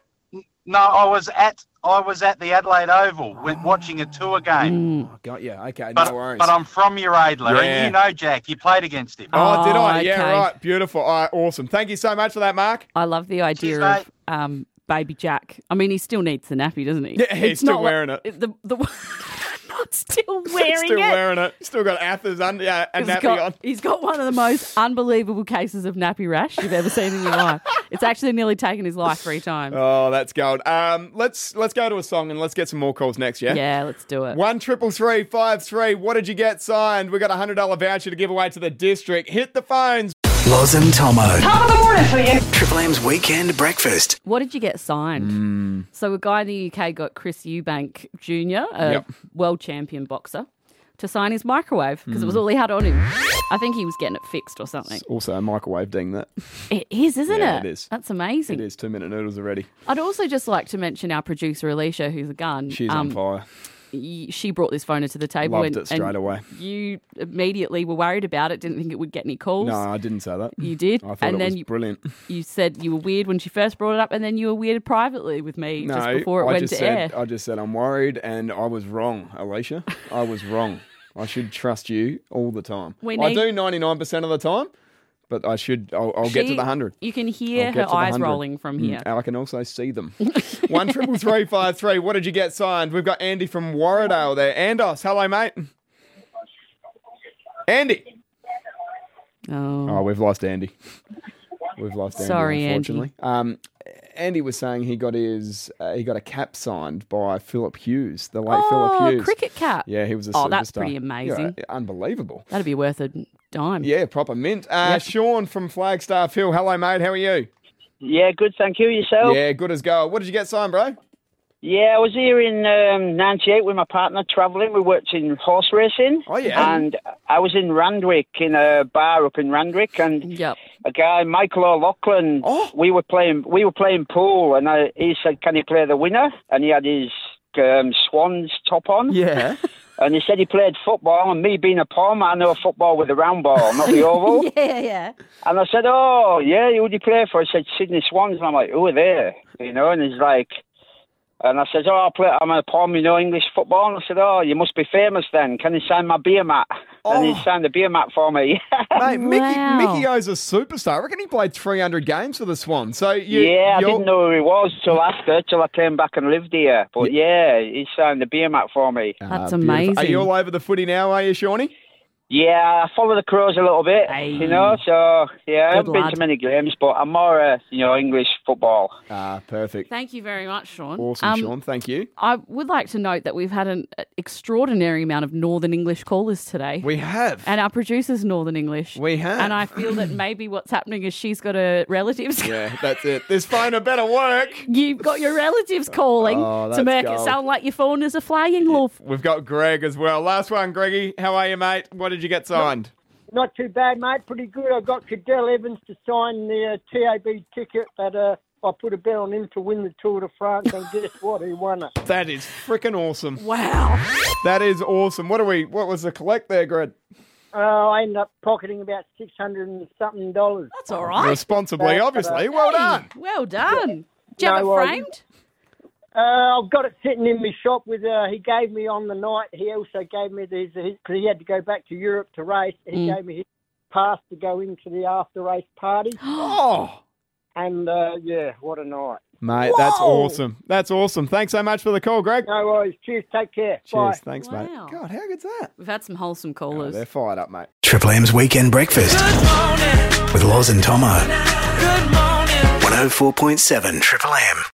[SPEAKER 10] No, I was at I was at the Adelaide Oval when, watching a tour game.
[SPEAKER 3] Oh, got you. Okay,
[SPEAKER 10] But,
[SPEAKER 3] no worries.
[SPEAKER 10] but I'm from Uradler,
[SPEAKER 3] Yeah.
[SPEAKER 10] and you know Jack. You played against him.
[SPEAKER 3] oh, did I?
[SPEAKER 4] Oh,
[SPEAKER 3] Yeah,
[SPEAKER 4] okay.
[SPEAKER 3] right. Beautiful. All right, awesome. Thank you so much for that, Mark.
[SPEAKER 4] I love the idea
[SPEAKER 10] Cheers, mate.
[SPEAKER 4] of um, baby Jack. I mean, he still needs the nappy, doesn't he?
[SPEAKER 3] Yeah, he's
[SPEAKER 4] It's
[SPEAKER 3] still
[SPEAKER 4] not
[SPEAKER 3] wearing it.
[SPEAKER 4] The, the, no, still wearing
[SPEAKER 3] Still
[SPEAKER 4] it.
[SPEAKER 3] wearing it. Still got Athers under yeah, and
[SPEAKER 4] He's
[SPEAKER 3] nappy
[SPEAKER 4] got,
[SPEAKER 3] on.
[SPEAKER 4] he's got one of the most unbelievable cases of nappy rash you've ever seen in your life. It's actually nearly taken his life three times.
[SPEAKER 3] Oh, that's gold. Um, let's let's go to a song and let's get some more calls next. Yeah,
[SPEAKER 4] Yeah, let's do it.
[SPEAKER 3] One triple three five three. What did you get signed? We got a hundred dollar voucher to give away to the district. Hit the phones.
[SPEAKER 2] Loz and Tomo.
[SPEAKER 4] Top of the morning for you.
[SPEAKER 2] Triple M's weekend breakfast.
[SPEAKER 4] What did you get signed?
[SPEAKER 3] Mm.
[SPEAKER 4] So a guy in the UK got Chris Eubank Jr., a
[SPEAKER 2] Yep.
[SPEAKER 4] world champion boxer, to sign his microwave because it was
[SPEAKER 3] Mm.
[SPEAKER 4] all he had on him. I think he was getting it fixed or something.
[SPEAKER 3] Also, a microwave ding that.
[SPEAKER 4] It is, isn't
[SPEAKER 3] Yeah,
[SPEAKER 4] it?
[SPEAKER 3] it is.
[SPEAKER 4] That's amazing.
[SPEAKER 3] It is two minute noodles already.
[SPEAKER 4] I'd also just like to mention our producer Alicia, who's a gun.
[SPEAKER 3] She's on
[SPEAKER 4] Um,
[SPEAKER 3] fire.
[SPEAKER 4] y- She brought this phone into the table.
[SPEAKER 3] Loved
[SPEAKER 4] and,
[SPEAKER 3] it straight
[SPEAKER 4] and
[SPEAKER 3] away.
[SPEAKER 4] You immediately were worried about it. Didn't think it would get any calls.
[SPEAKER 3] No, I didn't say that.
[SPEAKER 4] You did,
[SPEAKER 3] I thought
[SPEAKER 4] and
[SPEAKER 3] it
[SPEAKER 4] then
[SPEAKER 3] was
[SPEAKER 4] you-
[SPEAKER 3] brilliant.
[SPEAKER 4] You said you were weird when she first brought it up, and then you were weird privately with me
[SPEAKER 3] No,
[SPEAKER 4] just before it
[SPEAKER 3] I
[SPEAKER 4] went
[SPEAKER 3] just
[SPEAKER 4] to
[SPEAKER 3] said,
[SPEAKER 4] air.
[SPEAKER 3] I just said I'm worried, and I was wrong, Alicia. I was wrong. I should trust you all the time.
[SPEAKER 4] We
[SPEAKER 3] I
[SPEAKER 4] need-
[SPEAKER 3] do 99 percent of the time, but I should. I'll, I'll get to
[SPEAKER 4] She-
[SPEAKER 3] the hundred.
[SPEAKER 4] You can hear
[SPEAKER 3] I'll get
[SPEAKER 4] her
[SPEAKER 3] to the
[SPEAKER 4] eyes
[SPEAKER 3] 100.
[SPEAKER 4] rolling from
[SPEAKER 3] Mm,
[SPEAKER 4] here.
[SPEAKER 3] and I can also see them. One triple three five three. What did you get signed? We've got Andy from Warridale there. Andos, hello, mate. Andy.
[SPEAKER 4] Oh.
[SPEAKER 3] we've lost Andy. We've lost Andy.
[SPEAKER 4] Sorry, Andy.
[SPEAKER 3] unfortunately. Um, Andy was saying he got his uh, he got a cap signed by Philip Hughes, the late
[SPEAKER 4] oh,
[SPEAKER 3] Philip Hughes.
[SPEAKER 4] cricket cap.
[SPEAKER 3] Yeah, he was a
[SPEAKER 4] Oh,
[SPEAKER 3] superstar.
[SPEAKER 4] that's pretty
[SPEAKER 3] Yeah,
[SPEAKER 4] amazing.
[SPEAKER 3] unbelievable.
[SPEAKER 4] That'd be worth a dime.
[SPEAKER 3] Yeah, proper mint. Uh, Sean from Flagstaff Hill. Hello, mate. How are you?
[SPEAKER 13] Yeah, good. Thank you. Yourself?
[SPEAKER 3] Yeah, good as gold. What did you get signed, bro?
[SPEAKER 13] Yeah, I was here in um, 98 with my partner travelling. We worked in horse racing. Oh,
[SPEAKER 3] yeah.
[SPEAKER 13] And I was in Randwick, in a bar up in Randwick. And a guy, Michael O'Loughlin,
[SPEAKER 3] Oh,
[SPEAKER 13] we were playing we were playing pool. And I, he said, uh, Can you play the winner? And he had his um, Swans top on.
[SPEAKER 3] Yeah.
[SPEAKER 13] And he said he played football, and me being a palmer, I know football with a round ball, not the oval.
[SPEAKER 11] yeah, yeah.
[SPEAKER 13] And I said, "Oh, yeah, who do you play for?" He said, "Sydney Swans." And I'm like, "Who are they?" You know, and he's like, and I said, "Oh, I play. I'm a palm, you know, English football." And I said, "Oh, you must be famous then. Can you sign my beer mat?" And he signed the beer mat for me.
[SPEAKER 3] Oh, Mate,
[SPEAKER 13] Wow.
[SPEAKER 3] Mickey, Mickey O's a superstar. I reckon he played 300 games for the Swans. So you,
[SPEAKER 13] yeah, I
[SPEAKER 3] you're-
[SPEAKER 13] didn't know who he was till after, till I came back and lived here. But yeah, he signed the beer mat for me.
[SPEAKER 3] Ah, beautiful. Are you all over the footy now, are you, Shawnee?
[SPEAKER 13] Yeah, I follow the Crows a little bit, you know. So yeah, I
[SPEAKER 3] Good
[SPEAKER 13] haven't been
[SPEAKER 3] lad.
[SPEAKER 13] to many games, but I'm more, uh, you know, English football.
[SPEAKER 3] Ah, perfect.
[SPEAKER 4] Thank you very much, Sean.
[SPEAKER 3] Awesome,
[SPEAKER 4] Um,
[SPEAKER 3] Sean. Thank you.
[SPEAKER 4] I would like to note that we've had an extraordinary amount of Northern English callers today.
[SPEAKER 3] We have.
[SPEAKER 4] And uh, our producer's Northern English.
[SPEAKER 3] We have.
[SPEAKER 4] And I feel that maybe what's happening is she's got a relatives.
[SPEAKER 3] Yeah, that's it. This phone had better work.
[SPEAKER 4] You've got your relatives calling
[SPEAKER 3] Oh,
[SPEAKER 4] to
[SPEAKER 3] that's
[SPEAKER 4] make it
[SPEAKER 3] gold.
[SPEAKER 4] sound like your phone is a flying loaf.
[SPEAKER 3] We've got Greg as well. Last one, Greggy. How are you, mate? What did you get signed?
[SPEAKER 14] Not too bad, mate. Pretty good. I got Cadell Evans to sign the uh, TAB ticket, but uh, I put a bet on him to win the Tour de France, and guess what? He won it.
[SPEAKER 3] That is freaking awesome.
[SPEAKER 4] Wow.
[SPEAKER 3] That is awesome. What are we? What was the collect there, Greg?
[SPEAKER 14] Uh, I ended up pocketing about six hundred and something dollars.
[SPEAKER 4] That's all
[SPEAKER 3] Responsibly, obviously. Well done.
[SPEAKER 4] Well done. Do you
[SPEAKER 14] No
[SPEAKER 4] have it
[SPEAKER 14] worries.
[SPEAKER 4] framed?
[SPEAKER 14] Uh, I've got it sitting in my shop with. Uh, he gave me on the night. He also gave me his because he had to go back to Europe to race. He
[SPEAKER 11] Mm.
[SPEAKER 14] gave me his pass to go into the after race party.
[SPEAKER 3] Oh.
[SPEAKER 14] And uh, yeah, what a night!
[SPEAKER 3] Mate, that's awesome. That's awesome. Thanks so much for the call, Greg.
[SPEAKER 14] No worries. Cheers. Take care.
[SPEAKER 3] Cheers.
[SPEAKER 14] Bye.
[SPEAKER 3] Thanks, mate. God, how good's that? Oh,
[SPEAKER 4] We've had some wholesome callers.
[SPEAKER 3] They're fired up, mate.
[SPEAKER 2] Triple M's weekend breakfast oh with Loz and Tomo. 104.7 Triple M.